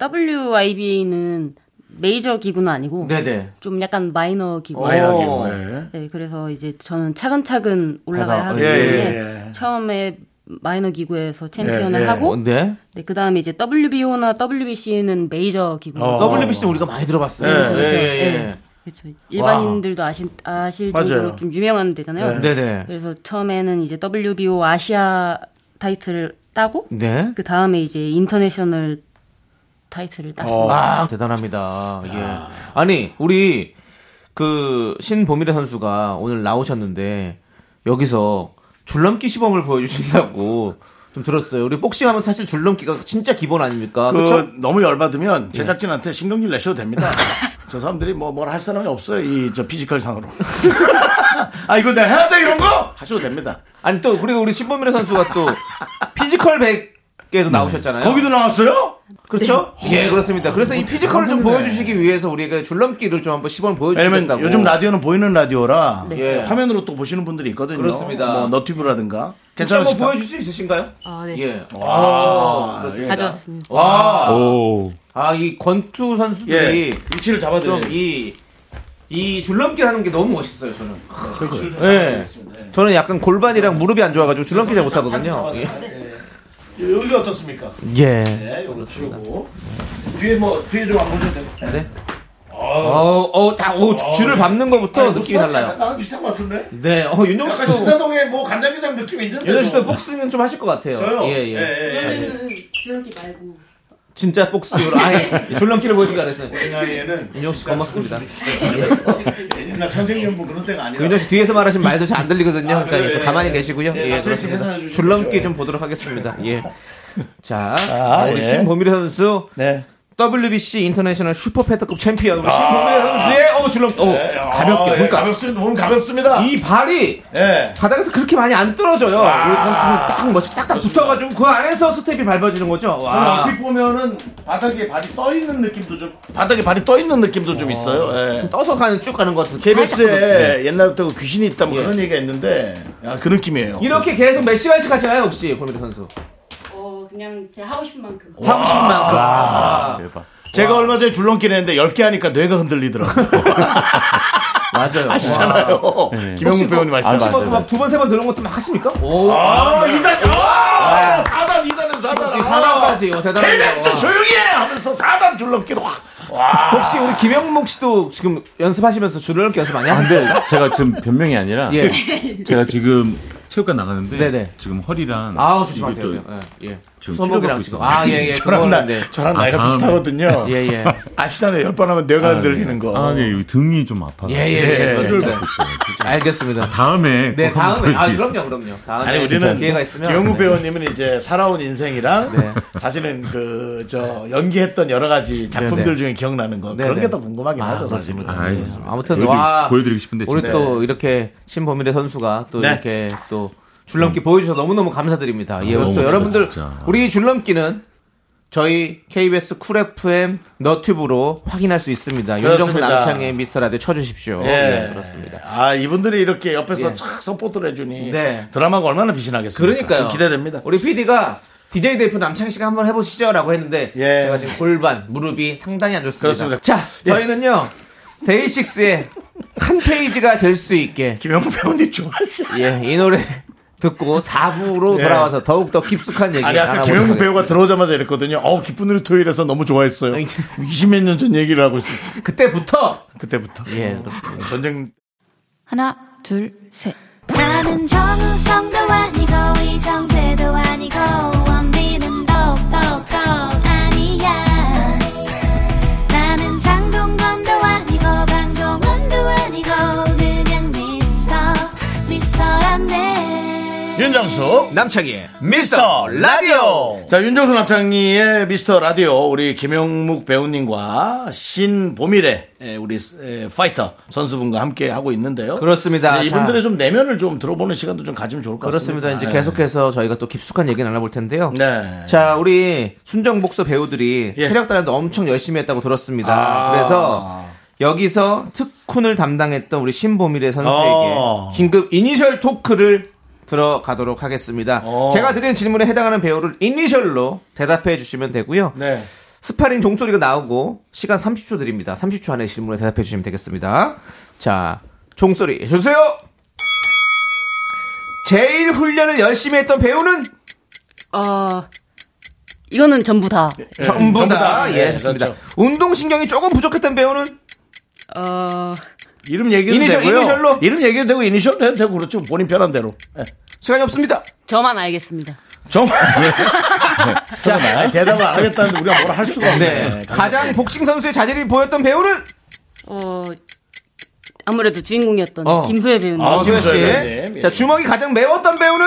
Speaker 7: WIBA는 메이저 기구는 아니고
Speaker 2: 네네.
Speaker 7: 좀 약간 마이너
Speaker 1: 어.
Speaker 7: 기구.
Speaker 1: 다양하게. 네.
Speaker 7: 네, 그래서 이제 저는 차근차근 올라가야
Speaker 2: 해봐.
Speaker 7: 하기
Speaker 2: 예,
Speaker 7: 때문에
Speaker 1: 예, 예.
Speaker 7: 처음에 마이너 기구에서 챔피언을
Speaker 1: 예, 예.
Speaker 7: 하고
Speaker 2: 네.
Speaker 7: 네, 그다음에 이제 WBO나 WBC는 메이저 기구.
Speaker 1: 어.
Speaker 2: WBC는 우리가 많이 들어봤어요.
Speaker 7: 그렇죠, 그렇죠. 예. 그렇죠. 일반인들도 아실 아실
Speaker 1: 맞아요.
Speaker 7: 정도로 좀 유명한 데잖아요.
Speaker 2: 네. 네
Speaker 7: 그래서 처음에는 이제 WBO 아시아 타이틀을 따고
Speaker 2: 네.
Speaker 7: 그 다음에 이제 인터내셔널 타이틀을 땄습니다.
Speaker 2: 아, 대단합니다. 예. 아니, 우리 그 신보미래 선수가 오늘 나오셨는데 여기서 줄넘기 시범을 보여주신다고 좀 들었어요. 우리 복싱하면 사실 줄넘기가 진짜 기본 아닙니까?
Speaker 1: 그
Speaker 2: 그렇죠?
Speaker 1: 너무 열받으면 제작진한테 신경질 내셔도 됩니다. 저 사람들이 뭐 뭘 할 사람이 없어요. 이 저 피지컬 상으로. 아 이거 내가 해야 돼 이런 거 하셔도 됩니다.
Speaker 2: 아니 또 그리고 우리 신범미래 선수가 또 피지컬 100에도 나오셨잖아요.
Speaker 1: 거기도 나왔어요?
Speaker 2: 그렇죠? 음. 예, 그렇습니다. 그래서 이 피지컬을 좀 보여주시기 위해서 우리가 줄넘기를 좀 한번 시범 보여주셨다고.
Speaker 1: 왜냐면 요즘 라디오는 보이는 라디오라
Speaker 2: 예.
Speaker 1: 화면으로 또 보시는 분들이 있거든요.
Speaker 2: 그렇습니다.
Speaker 1: 뭐 너튜브라든가
Speaker 2: 혹시 한번
Speaker 1: 괜찮으실까?
Speaker 2: 보여줄 수 있으신가요?
Speaker 7: 아, 네.
Speaker 2: 예. 와.
Speaker 7: 가져왔습니다.
Speaker 2: 와.
Speaker 6: 오.
Speaker 2: 아, 이 권투
Speaker 1: 예.
Speaker 2: 선수들이
Speaker 1: 위치를 잡아줘요.
Speaker 2: 좀 이, 이 줄넘기를 하는 게 너무 멋있어요, 저는. 예. 저는 약간 골반이랑 무릎이 안 좋아가지고 줄넘기 잘 못하거든요. 예.
Speaker 1: 여기 어떻습니까?
Speaker 2: 예.
Speaker 1: 네, 요거 치우고 뒤에 뭐 뒤에 좀 안 보셔도 되고.
Speaker 2: 어, 어, 다, 어, 줄을 밟는 것부터 느낌이 달라요.
Speaker 1: 나랑 비슷한 것 같은데.
Speaker 2: 네, 어, 윤정수
Speaker 1: 약간
Speaker 2: 씨도,
Speaker 1: 신사동의 뭐 간장게장 느낌 있는데. 뭐.
Speaker 2: 윤정수 씨도 복싱은 좀 하실 것 같아요.
Speaker 1: 저요.
Speaker 2: 어. 예, 예.
Speaker 1: 네.
Speaker 7: 줄넘기 말고.
Speaker 2: 진짜 복싱으로. 아예 줄넘기를 보시기 바랬어요.
Speaker 1: 나이에는
Speaker 2: 윤정수 씨 고맙습니다.
Speaker 1: 옛날 천생연분 그런 때가 아니라.
Speaker 2: 윤정 씨 뒤에서 말하시면 말도 잘 안 들리거든요. 그러니까
Speaker 1: 그래요?
Speaker 2: 이제
Speaker 1: 예,
Speaker 2: 가만히
Speaker 1: 예.
Speaker 2: 계시고요.
Speaker 1: 예,
Speaker 2: 예,
Speaker 1: 나중에
Speaker 2: 그렇습니다.
Speaker 1: 계산해 주시면
Speaker 2: 줄넘기
Speaker 1: 좋죠.
Speaker 2: 좀 보도록 하겠습니다. 예. 자, 어,
Speaker 1: 아,
Speaker 2: 우리
Speaker 1: 예.
Speaker 2: 신보미래 선수
Speaker 1: 네.
Speaker 2: WBC 인터내셔널 슈퍼 패드급 챔피언 우리 신보미래 선수의 어 줄넘기 어,
Speaker 1: 아. 네, 아,
Speaker 2: 가볍게
Speaker 1: 예,
Speaker 2: 그러니까
Speaker 1: 가볍습니다. 몸 가볍습니다.
Speaker 2: 이 발이
Speaker 1: 예.
Speaker 2: 바닥에서 그렇게 많이 안 떨어져요.
Speaker 1: 아.
Speaker 2: 우리 선수는 딱 멋있게 딱딱 붙어가지고 그 안에서 스텝이 밟아지는 거죠. 와.
Speaker 1: 얼핏 보면은 바닥에 발이 떠 있는 느낌도 좀 바닥에 발이 떠 있는 느낌도 좀 있어요. 아, 예.
Speaker 2: 떠서 가는 쭉 가는 것 같은
Speaker 1: KBS에 옛날부터 그 귀신이 있다 뭐
Speaker 2: 예.
Speaker 1: 그런 얘기가 있는데 아, 그 느낌이에요.
Speaker 2: 이렇게 계속 몇 시간씩 하시나요 혹시 보미래 선수?
Speaker 7: 어, 그냥 제가 하고 싶은 만큼.
Speaker 2: 하고
Speaker 1: 아.
Speaker 2: 싶은 만큼. 아.
Speaker 6: 대박.
Speaker 1: 예. 제가 얼마 전에 줄넘기를 했는데 10개 하니까 뇌가 흔들리더라고요.
Speaker 2: 맞아요.
Speaker 1: 아시잖아요.
Speaker 6: 네.
Speaker 1: 김영국 배우님
Speaker 2: 혹시
Speaker 1: 아시잖아요.
Speaker 6: 맞아요.
Speaker 2: 막두 번 세 번 들은 것도 막 하십니까? 오.
Speaker 1: 아, 2단, 아, 4단, 2단은 4단. 어.
Speaker 2: 이 사람까지 이거
Speaker 1: KBS
Speaker 2: 대단하네요.
Speaker 1: 조용히 해! 하면서 4단 줄넘기로 확.
Speaker 2: 혹시 우리 김영목 씨도 지금 연습하시면서 줄넘기 연습 많이
Speaker 6: 아,
Speaker 2: 하세요?
Speaker 6: 근데 제가 지금 변명이 아니라
Speaker 2: 예.
Speaker 6: 제가 지금 체육관 나가는데
Speaker 2: 네네.
Speaker 6: 지금 허리랑
Speaker 2: 아
Speaker 6: 이것도
Speaker 2: 조심하세요. 예. 예.
Speaker 6: 지금 치료받고
Speaker 2: 손목이랑
Speaker 6: 있어.
Speaker 2: 지금. 아 예예.
Speaker 1: 저랑, 나, 저랑 나이가
Speaker 6: 다음에.
Speaker 1: 비슷하거든요.
Speaker 2: 예예.
Speaker 1: 아, 아시잖아요. 10번 하면 뇌가 흔들리는 거.
Speaker 6: 아, 네, 여기 등이 좀 아파.
Speaker 2: 예예.
Speaker 6: 네.
Speaker 2: 알겠습니다.
Speaker 6: 다음에
Speaker 2: 네
Speaker 6: 꼭 한번
Speaker 2: 다음에 아
Speaker 6: 보여드리겠습니다.
Speaker 2: 그럼요 그럼요. 다음에
Speaker 1: 아니 우리는
Speaker 2: 기회가 있으면
Speaker 1: 영우
Speaker 2: 네.
Speaker 1: 배우님은 이제 살아온 인생이랑
Speaker 2: 네.
Speaker 1: 사실은 그 저 연기했던 여러 가지 작품들
Speaker 2: 네, 네.
Speaker 1: 중에 기억나는 거
Speaker 2: 네,
Speaker 1: 그런
Speaker 2: 네.
Speaker 1: 게 더 궁금하긴 하죠 사실. 은
Speaker 6: 아이,
Speaker 2: 예. 아무튼
Speaker 6: 보여드리고,
Speaker 2: 와
Speaker 6: 싶- 보여드리고 싶은데
Speaker 2: 우리
Speaker 6: 진짜.
Speaker 2: 또 이렇게 신범일의 선수가 또
Speaker 1: 네.
Speaker 2: 이렇게 또 줄넘기 보여주셔서 너무너무 감사드립니다. 예, 그래서
Speaker 6: 진짜,
Speaker 2: 여러분들
Speaker 6: 진짜.
Speaker 2: 우리 줄넘기는 저희 KBS 쿨 FM 너튜브로 확인할 수 있습니다. 윤정수
Speaker 1: 그렇습니다.
Speaker 2: 남창의 미스터 라디오 쳐주십시오. 예, 그렇습니다.
Speaker 1: 아 이분들이 이렇게 옆에서
Speaker 2: 예.
Speaker 1: 착 서포트를 해주니
Speaker 2: 네.
Speaker 1: 드라마가 얼마나 비신하겠습니까?
Speaker 2: 그러니까요.
Speaker 1: 좀 기대됩니다.
Speaker 2: 우리 PD가 DJ 대표 남창희 씨가 한번 해보시죠라고 했는데
Speaker 1: 예.
Speaker 2: 제가 지금 골반 무릎이 상당히 안 좋습니다.
Speaker 1: 그렇습니다.
Speaker 2: 자, 저희는요 데이식스의 한 페이지가 될 수 있게
Speaker 1: 김영우 배우님 좋아하시.
Speaker 2: 예, 이 노래 듣고 4부로
Speaker 1: 예.
Speaker 2: 돌아와서 더욱더 깊숙한 얘기
Speaker 1: 아니 아까
Speaker 2: 알아보도록
Speaker 1: 김영국 배우가
Speaker 2: 예, 하겠습니다.
Speaker 1: 들어오자마자 이랬거든요. 어 기쁜 우리 토요일에서 너무 좋아했어요. 20몇 년 전 얘기를 하고 있어요.
Speaker 2: 그때부터
Speaker 1: 그때부터
Speaker 2: 예, 그렇습니다.
Speaker 1: 전쟁
Speaker 8: 하나, 둘, 셋.
Speaker 4: 나는 정우성도 아니고 이정재도 아니고 원빈은 더욱더 아니야 나는 장동건도 아니고 방종원도 아니고 그냥 미스터 미스터란데
Speaker 1: 윤정수
Speaker 2: 남창희의
Speaker 1: 미스터 라디오. 자 윤정수 남창희의 미스터 라디오 우리 김영묵 배우님과 신보미래 에, 우리 에, 파이터 선수분과 함께 하고 있는데요.
Speaker 2: 그렇습니다.
Speaker 1: 네, 이분들의
Speaker 2: 자.
Speaker 1: 좀 내면을 좀 들어보는 시간도 좀 가지면 좋을 것 같습니다. 예.
Speaker 2: 그렇습니다. 이제 계속해서 저희가 또 깊숙한 얘기 나눠볼 텐데요.
Speaker 1: 네.
Speaker 2: 자, 우리 순정복서 배우들이
Speaker 1: 예.
Speaker 2: 체력 단련도 엄청 열심히 했다고 들었습니다.
Speaker 1: 아.
Speaker 2: 그래서 여기서 특훈을 담당했던 우리 신보미래 선수에게
Speaker 1: 어.
Speaker 2: 긴급 이니셜 토크를 들어가도록 하겠습니다.
Speaker 1: 어.
Speaker 2: 제가 드린 질문에 해당하는 배우를 이니셜로 대답해 주시면 되고요.
Speaker 1: 네.
Speaker 2: 스파링 종소리가 나오고 시간 30초 드립니다. 30초 안에 질문에 대답해 주시면 되겠습니다. 자, 종소리 주세요. 제일 훈련을 열심히 했던 배우는
Speaker 7: 어, 이거는 전부 다.
Speaker 1: 예,
Speaker 2: 전부 다.
Speaker 1: 네,
Speaker 2: 예, 좋습니다.
Speaker 1: 그렇죠.
Speaker 2: 운동 신경이 조금 부족했던 배우는
Speaker 7: 어,
Speaker 1: 이름 얘기도
Speaker 2: 이니셜,
Speaker 1: 되고요.
Speaker 2: 이니셜로.
Speaker 1: 이름 얘기도 되고 이니셜도 해도 되고 그렇죠. 본인 편한 대로. 예.
Speaker 2: 시간이 없습니다.
Speaker 7: 저만 알겠습니다.
Speaker 1: 정말 자 아니, 대답을 안 하겠다는데 우리가 뭘 할 수가 없네.
Speaker 2: 네. 가장 복싱 선수의 자질이 보였던 배우는
Speaker 7: 어, 아무래도 주인공이었던
Speaker 2: 어.
Speaker 7: 김수혜 배우님.
Speaker 1: 아,
Speaker 2: 어, 김수현
Speaker 1: 김수현 배우님. 예.
Speaker 2: 씨. 자, 주먹이 가장 매웠던 배우는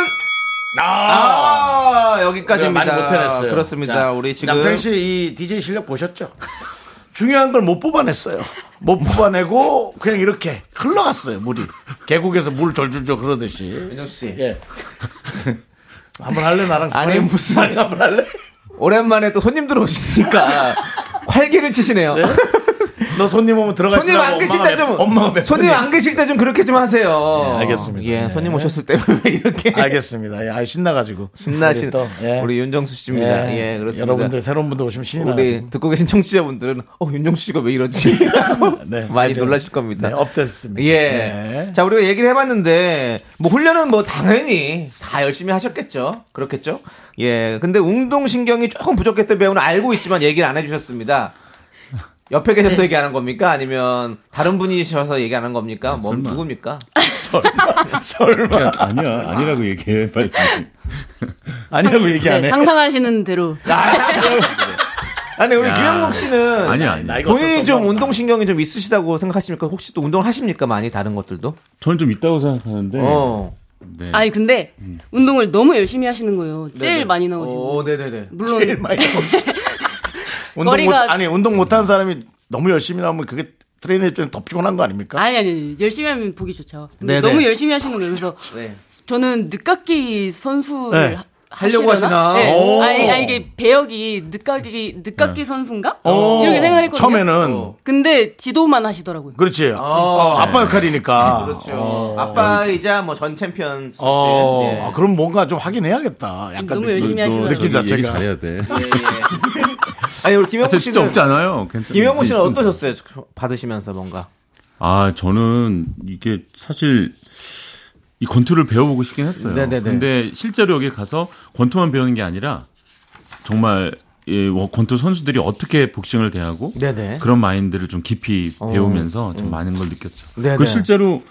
Speaker 2: 아,
Speaker 1: 제가
Speaker 2: 여기까지입니다.
Speaker 1: 네, 많이 못 해냈어요.
Speaker 2: 그렇습니다.
Speaker 1: 자,
Speaker 2: 우리 지금
Speaker 1: 남창 씨이 DJ 실력 보셨죠? 중요한 걸 못 뽑아냈어요. 못 뽑아내고 그냥 이렇게 흘러갔어요 물이 계곡에서 물 졸졸졸 그러듯이.
Speaker 2: 민정 씨
Speaker 1: 예. 한번 할래 나랑
Speaker 2: 아니, 무슨-
Speaker 1: 아니, 한번 할래?
Speaker 2: 오랜만에 또 손님들
Speaker 1: 네?
Speaker 2: 오시니까 활기를 치시네요.
Speaker 1: 너 손님 오면 들어가
Speaker 2: 손님 안
Speaker 1: 있으라고
Speaker 2: 계실
Speaker 1: 엄마가
Speaker 2: 때 좀,
Speaker 1: 몇- 엄마가 몇
Speaker 2: 손님
Speaker 1: 번이야.
Speaker 2: 안 계실 때 좀 그렇게 좀 하세요.
Speaker 1: 예, 알겠습니다.
Speaker 2: 예, 손님 오셨을 때 왜 이렇게
Speaker 1: 알겠습니다. 예, 아 신나가지고
Speaker 2: 신나신
Speaker 1: 우리 또, 예.
Speaker 2: 우리 윤정수 씨입니다. 예, 그렇습니다.
Speaker 1: 여러분들 새로운 분들 오시면 신이
Speaker 2: 우리
Speaker 1: 나요.
Speaker 2: 듣고 계신 청취자분들은 어 윤정수 씨가 왜 이러지? 라고
Speaker 1: 네,
Speaker 2: 많이
Speaker 1: 맞아요.
Speaker 2: 놀라실 겁니다.
Speaker 1: 네, 업됐습니다.
Speaker 2: 예.
Speaker 1: 네.
Speaker 2: 자, 우리가 얘기를 해봤는데, 뭐, 훈련은 뭐, 당연히 다 열심히 하셨겠죠. 그렇겠죠. 예. 근데 운동신경이 조금 부족했던 배우는 알고 있지만 얘기를 안 해주셨습니다. 옆에 계셔서 얘기 안 한 겁니까? 아니면 다른 분이셔서 얘기 안 한 겁니까? 뭐,
Speaker 6: 설마.
Speaker 2: 누굽니까?
Speaker 1: 아, 설마 설마
Speaker 6: 그러니까 아니야, 아니라고 얘기해, 빨리.
Speaker 1: 아니라고 얘기 안
Speaker 7: 네,
Speaker 1: 해.
Speaker 7: 상상하시는 대로.
Speaker 2: 아, 네. 아니, 우리
Speaker 6: 야.
Speaker 2: 김영국 씨는
Speaker 6: 아니, 아니.
Speaker 1: 나이가
Speaker 2: 본인이
Speaker 1: 어쩔 수 없나
Speaker 2: 좀
Speaker 1: 보다.
Speaker 2: 운동신경이 좀 있으시다고 생각하십니까? 혹시 또 운동을 하십니까? 많이 다른 것들도?
Speaker 6: 저는 좀 있다고 생각하는데.
Speaker 2: 어.
Speaker 6: 네.
Speaker 7: 아니 근데 운동을 너무 열심히 하시는 거예요. 제일
Speaker 2: 네네. 어.
Speaker 7: 많이 나오시고.
Speaker 2: 오, 네네네.
Speaker 7: 물론
Speaker 1: 제일 많이 나오지. 운동 못
Speaker 7: 음. 거리가-
Speaker 1: 아니 운동 못하는 사람이 너무 열심히 나오면 그게 트레이너 입장에 더 피곤한 거 아닙니까?
Speaker 7: 아니 아니, 아니 열심히 하면 보기 좋죠. 근데
Speaker 2: 네네.
Speaker 7: 너무 열심히 하시는 거예요. 그래서
Speaker 2: 네.
Speaker 7: 저는 늦깎이 선수를
Speaker 1: 네.
Speaker 7: 하-
Speaker 2: 하려고 하시나?
Speaker 1: 오.
Speaker 7: 네. 아니, 아니 이게 배역이 늦깎이 늦깎이 선수인가? 이렇게 생각했거든요.
Speaker 1: 어. 처음에는
Speaker 2: 어.
Speaker 7: 근데 지도만 하시더라고요.
Speaker 1: 그렇지. 어, 아빠 역할이니까.
Speaker 2: 그렇죠. 아빠이자 뭐 전 챔피언. 출신.
Speaker 1: 어,
Speaker 2: 예.
Speaker 1: 아, 그럼 뭔가 좀 확인해야겠다. 약간
Speaker 7: 너무
Speaker 1: 느낌.
Speaker 7: 열심히 하시면
Speaker 1: 느낌
Speaker 6: 저기 얘기
Speaker 1: 자체가.
Speaker 6: 잘해야 돼.
Speaker 2: 예, 예. 아니 우리
Speaker 6: 아,
Speaker 2: 김영호
Speaker 6: 저
Speaker 2: 씨는
Speaker 6: 진짜 없지 않아요. 괜찮
Speaker 2: 김영호 씨는
Speaker 6: 있습니다.
Speaker 2: 어떠셨어요? 받으시면서 뭔가
Speaker 6: 아, 저는 이게 사실 이 권투를 배워보고 싶긴 했어요.
Speaker 2: 네네네.
Speaker 6: 근데 실제로 여기 가서 권투만 배우는 게 아니라 정말 이 권투 선수들이 어떻게 복싱을 대하고
Speaker 2: 네네. 어. 음.
Speaker 6: 그런 마인드를 좀 깊이 배우면서 좀 많은 걸 느꼈죠.
Speaker 2: 네네.
Speaker 6: 그 실제로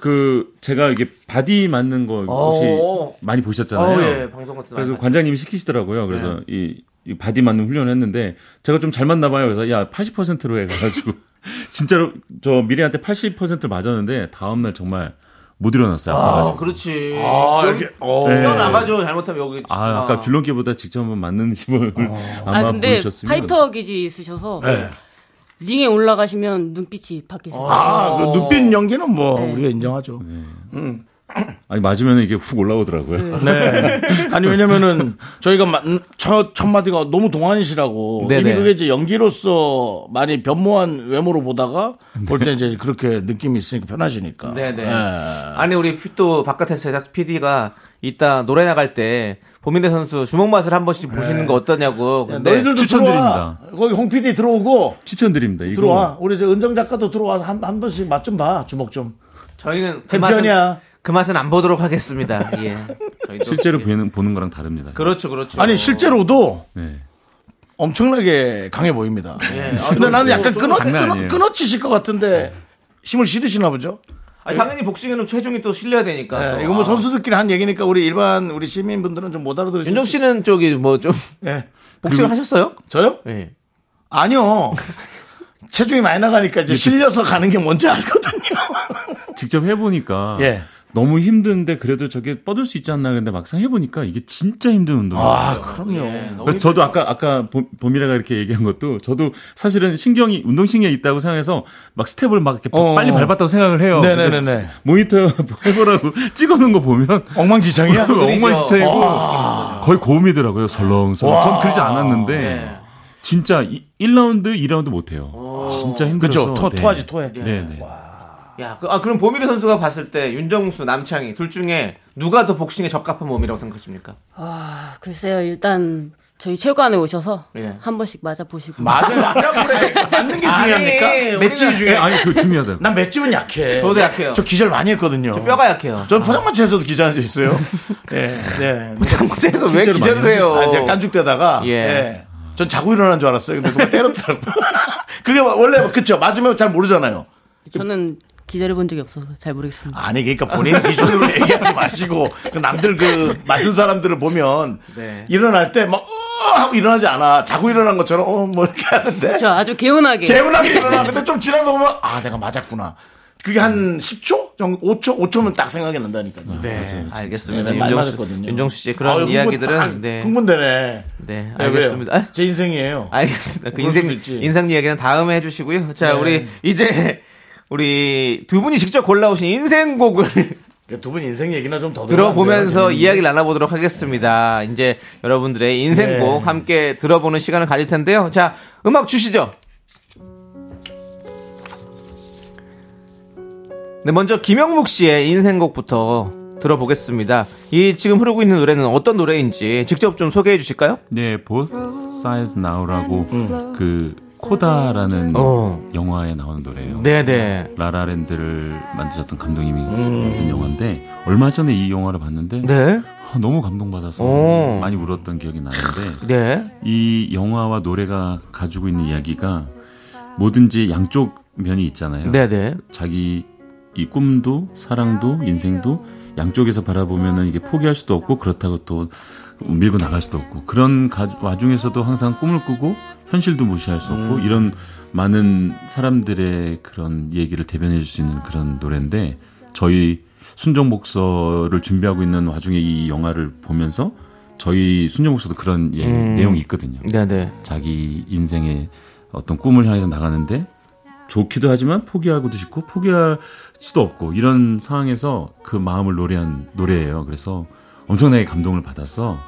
Speaker 6: 그 제가 이게 바디 맞는 거
Speaker 2: 어.
Speaker 6: 혹시 많이 보셨잖아요.
Speaker 2: 어, 예, 방송 같은 데
Speaker 6: 그래서
Speaker 2: 많이 네.
Speaker 6: 관장님이 시키시더라고요. 그래서 이, 이 바디 맞는 훈련을 했는데 제가 좀 잘 맞나 봐요. 그래서 야 80%로 해가지고 진짜로 저 미래한테 80% 맞았는데 다음날 정말 못 일어났어요.
Speaker 2: 아,
Speaker 6: 아파가지고.
Speaker 2: 그렇지.
Speaker 1: 아,
Speaker 2: 여기
Speaker 1: 이렇게, 어.
Speaker 6: 네.
Speaker 2: 뛰어나가죠. 잘못하면 여기.
Speaker 6: 아, 아까 줄넘기보다 직접 한번 맞는 힘을
Speaker 2: 어.
Speaker 6: 아마
Speaker 7: 아 근데
Speaker 6: 보셨으면
Speaker 7: 파이터 기질이 있으셔서
Speaker 1: 네.
Speaker 7: 링에 올라가시면 눈빛이 바뀌세요.
Speaker 1: 아, 그 눈빛 연기는 뭐
Speaker 7: 어. 네.
Speaker 1: 우리가 인정하죠.
Speaker 6: 아니 맞으면 이게 훅 올라오더라고요.
Speaker 1: 네. 아니 왜냐면은 저희가 마- 음, 첫 첫마디가 너무 동안이시라고
Speaker 2: 네네.
Speaker 1: 이미 그게 이제 연기로서 많이 변모한 외모로 보다가 볼 때 이제 그렇게 느낌이 있으니까 편하시니까.
Speaker 2: 네. 네네.
Speaker 1: 예.
Speaker 2: 아니 우리 피- 또 바깥에서 제작 PD가 이따 노래 나갈 때 보민대 선수 주먹 맛을 한 번씩 보시는 거 어떠냐고. 근데
Speaker 1: 네. 너희들도
Speaker 6: 네, 추천드립니다.
Speaker 1: 추천드립니다. 들어와. 거기 홍 PD 들어오고
Speaker 6: 추천드립니다. 이거
Speaker 1: 들어와. 우리 이제 은정 작가도 들어와서 한, 한 번씩 맛 좀 봐. 주먹 좀.
Speaker 2: 저희는 그 맛은
Speaker 1: 챔피언이야.
Speaker 2: 그 맛은 안 보도록 하겠습니다. 예. 저희도-
Speaker 6: 실제로 보는 보는 거랑 다릅니다.
Speaker 2: 그렇죠, 그렇죠.
Speaker 1: 아니 실제로도
Speaker 6: 네.
Speaker 1: 엄청나게 강해 보입니다.
Speaker 2: 아,
Speaker 1: 근데
Speaker 2: 저-
Speaker 1: 나는
Speaker 2: 저-
Speaker 1: 약간
Speaker 2: 저도
Speaker 1: 끊어
Speaker 6: 장난
Speaker 1: 끊어
Speaker 6: 아니에요. 네.
Speaker 1: 끊어치실 것 같은데 힘을 실으시나 보죠.
Speaker 2: 아니, 당연히 복싱에는 체중이 또 실려야 되니까.
Speaker 1: 예,
Speaker 2: 또.
Speaker 1: 이거 뭐
Speaker 2: 아.
Speaker 1: 선수들끼리 한 얘기니까 우리 일반 우리 시민분들은 좀 못 알아들으시죠.
Speaker 2: 윤정 씨는 저기 뭐 좀
Speaker 1: 예.
Speaker 2: 복싱을
Speaker 6: 그리고-
Speaker 2: 하셨어요?
Speaker 1: 저요?
Speaker 2: 예.
Speaker 1: 아니요. 체중이 많이 나가니까
Speaker 6: 예.
Speaker 1: 이제 실려서 가는 게 뭔지 알거든요.
Speaker 6: 직접 해보니까
Speaker 1: 예.
Speaker 6: 너무 힘든데 그래도 저게 뻗을 수 있지 않나 근데 막상 해보니까 이게 진짜 힘든 운동이에요.
Speaker 1: 아, 그럼요.
Speaker 6: 그래서 저도 아까 아까 봄- 봄이라가 이렇게 얘기한 것도 저도 사실은 신경이 운동 신경이 있다고 생각해서 막 스텝을 막 이렇게
Speaker 1: 어.
Speaker 6: 빨리 밟았다고 생각을 해요.
Speaker 1: 네네네네.
Speaker 6: 근데 모니터 해보라고 찍어놓은 거 보면
Speaker 1: 엉망지창이야?
Speaker 6: 엉망진창이고 거의 고음이더라고요. 설렁설렁. 전 그러지 않았는데 진짜 이- 1라운드, 2라운드 못해요. 진짜 힘들어서.
Speaker 1: 그렇죠. 토,
Speaker 6: 네.
Speaker 1: 토하지 토해.
Speaker 6: 네네.
Speaker 2: 야, 그, 아, 그럼 보미르 선수가 봤을 때 윤정수, 남창희 둘 중에 누가 더 복싱에 적합한 몸이라고 생각하십니까?
Speaker 7: 아 글쎄요 일단 저희 체육관에 오셔서
Speaker 2: 예.
Speaker 7: 한 번씩 맞아 보시고.
Speaker 2: 맞아요. 맞아 예, 그래.
Speaker 1: 맞는 게 중요합니까? 맷집이
Speaker 6: 네,
Speaker 1: 중요해.
Speaker 6: 아니 그 중요하다.
Speaker 1: 난 맷집은 약해.
Speaker 2: 저도 약해요.
Speaker 1: 저 기절 많이 했거든요.
Speaker 2: 뼈가 약해요.
Speaker 1: 전 포장마차에서도 기절한 적 있어요. 예, 네.
Speaker 2: 장구제에서 왜
Speaker 6: 실제로
Speaker 2: 기절을
Speaker 6: 많이
Speaker 2: 해요?
Speaker 1: 아, 제가 깐죽대다가.
Speaker 2: 예.
Speaker 1: 예. 전 자고 일어난 줄 알았어요. 근데 누가 때렸더라고요. 그게 원래, 막 그쵸. 맞으면 잘 모르잖아요.
Speaker 7: 저는 기다려 본 적이 없어서 잘 모르겠습니다.
Speaker 1: 아니 그러니까 본인 기준으로 얘기하지 마시고 그 남들 그 맞은 사람들을 보면
Speaker 2: 네.
Speaker 1: 일어날 때막 어! 하고 일어나지 않아 자고 일어난 것처럼 어뭐 이렇게 하는데
Speaker 7: 저 아주 개운하게.
Speaker 1: 개운하게 일어나는데 좀 지나다 보면 아 내가 맞았구나 그게 한 10초 정 5초 5초면 딱 생각이 난다니까요.
Speaker 2: 네, 알겠습니다.
Speaker 1: 네, 네,
Speaker 2: 윤정수,
Speaker 1: 말맞았거든요.
Speaker 2: 윤정수 씨의 그런
Speaker 1: 아유,
Speaker 2: 이야기들은
Speaker 1: 흥분, 딱
Speaker 2: 네,
Speaker 1: 흥분되네.
Speaker 2: 네,
Speaker 1: 네,
Speaker 2: 알겠습니다.
Speaker 1: 왜요?
Speaker 2: 아,
Speaker 1: 제 인생이에요.
Speaker 2: 알겠습니다. 그
Speaker 1: 그럴
Speaker 2: 인생
Speaker 1: 수도 있지. 네.
Speaker 2: 인상 이야기는 다음에 해주시고요. 자, 우리 이제 우리 두 분이 직접 골라오신 인생곡을
Speaker 1: 그러니까 두 분 인생 얘기나 좀 더
Speaker 2: 들어보면서 이야기를 나눠보도록 하겠습니다. 이제 여러분들의 인생곡
Speaker 1: 네.
Speaker 2: 함께 들어보는 시간을 가질 텐데요. 자, 음악 주시죠. 네, 먼저 김영묵 씨의 인생곡부터 들어보겠습니다. 이 지금 흐르고 있는 노래는 어떤 노래인지 직접 좀 소개해 주실까요?
Speaker 6: 네, Both Sides Now라고 그 코다라는 영화에 나오는 노래예요.
Speaker 2: 어. 네네. 음.
Speaker 6: 라라랜드를 만드셨던 감독님이 만든 영화인데 얼마 전에 이 영화를 봤는데
Speaker 2: 네. 어.
Speaker 6: 아, 너무 감동받아서
Speaker 2: 오.
Speaker 6: 많이 울었던 기억이 나는데
Speaker 2: 네.
Speaker 6: 이 영화와 노래가 가지고 있는 이야기가 뭐든지 양쪽 면이 있잖아요.
Speaker 2: 네네.
Speaker 6: 자기 이 꿈도 사랑도 인생도 양쪽에서 바라보면은 이게 포기할 수도 없고 그렇다고 또 밀고 나갈 수도 없고 그런 가- 와중에서도 항상 꿈을 꾸고 현실도 무시할 수 없고 이런 많은 사람들의 그런 얘기를 대변해 줄 수 있는 그런 노래인데 저희 순정 목서를 준비하고 있는 와중에 이 영화를 보면서 저희 순정 목서도 그런 예, 내용이 있거든요.
Speaker 2: 네네.
Speaker 6: 자기 인생의 어떤 꿈을 향해서 나가는데 좋기도 하지만 포기하고도 싶고 포기할 수도 없고 이런 상황에서 그 마음을 노래한 노래예요. 그래서 엄청나게 감동을 받아서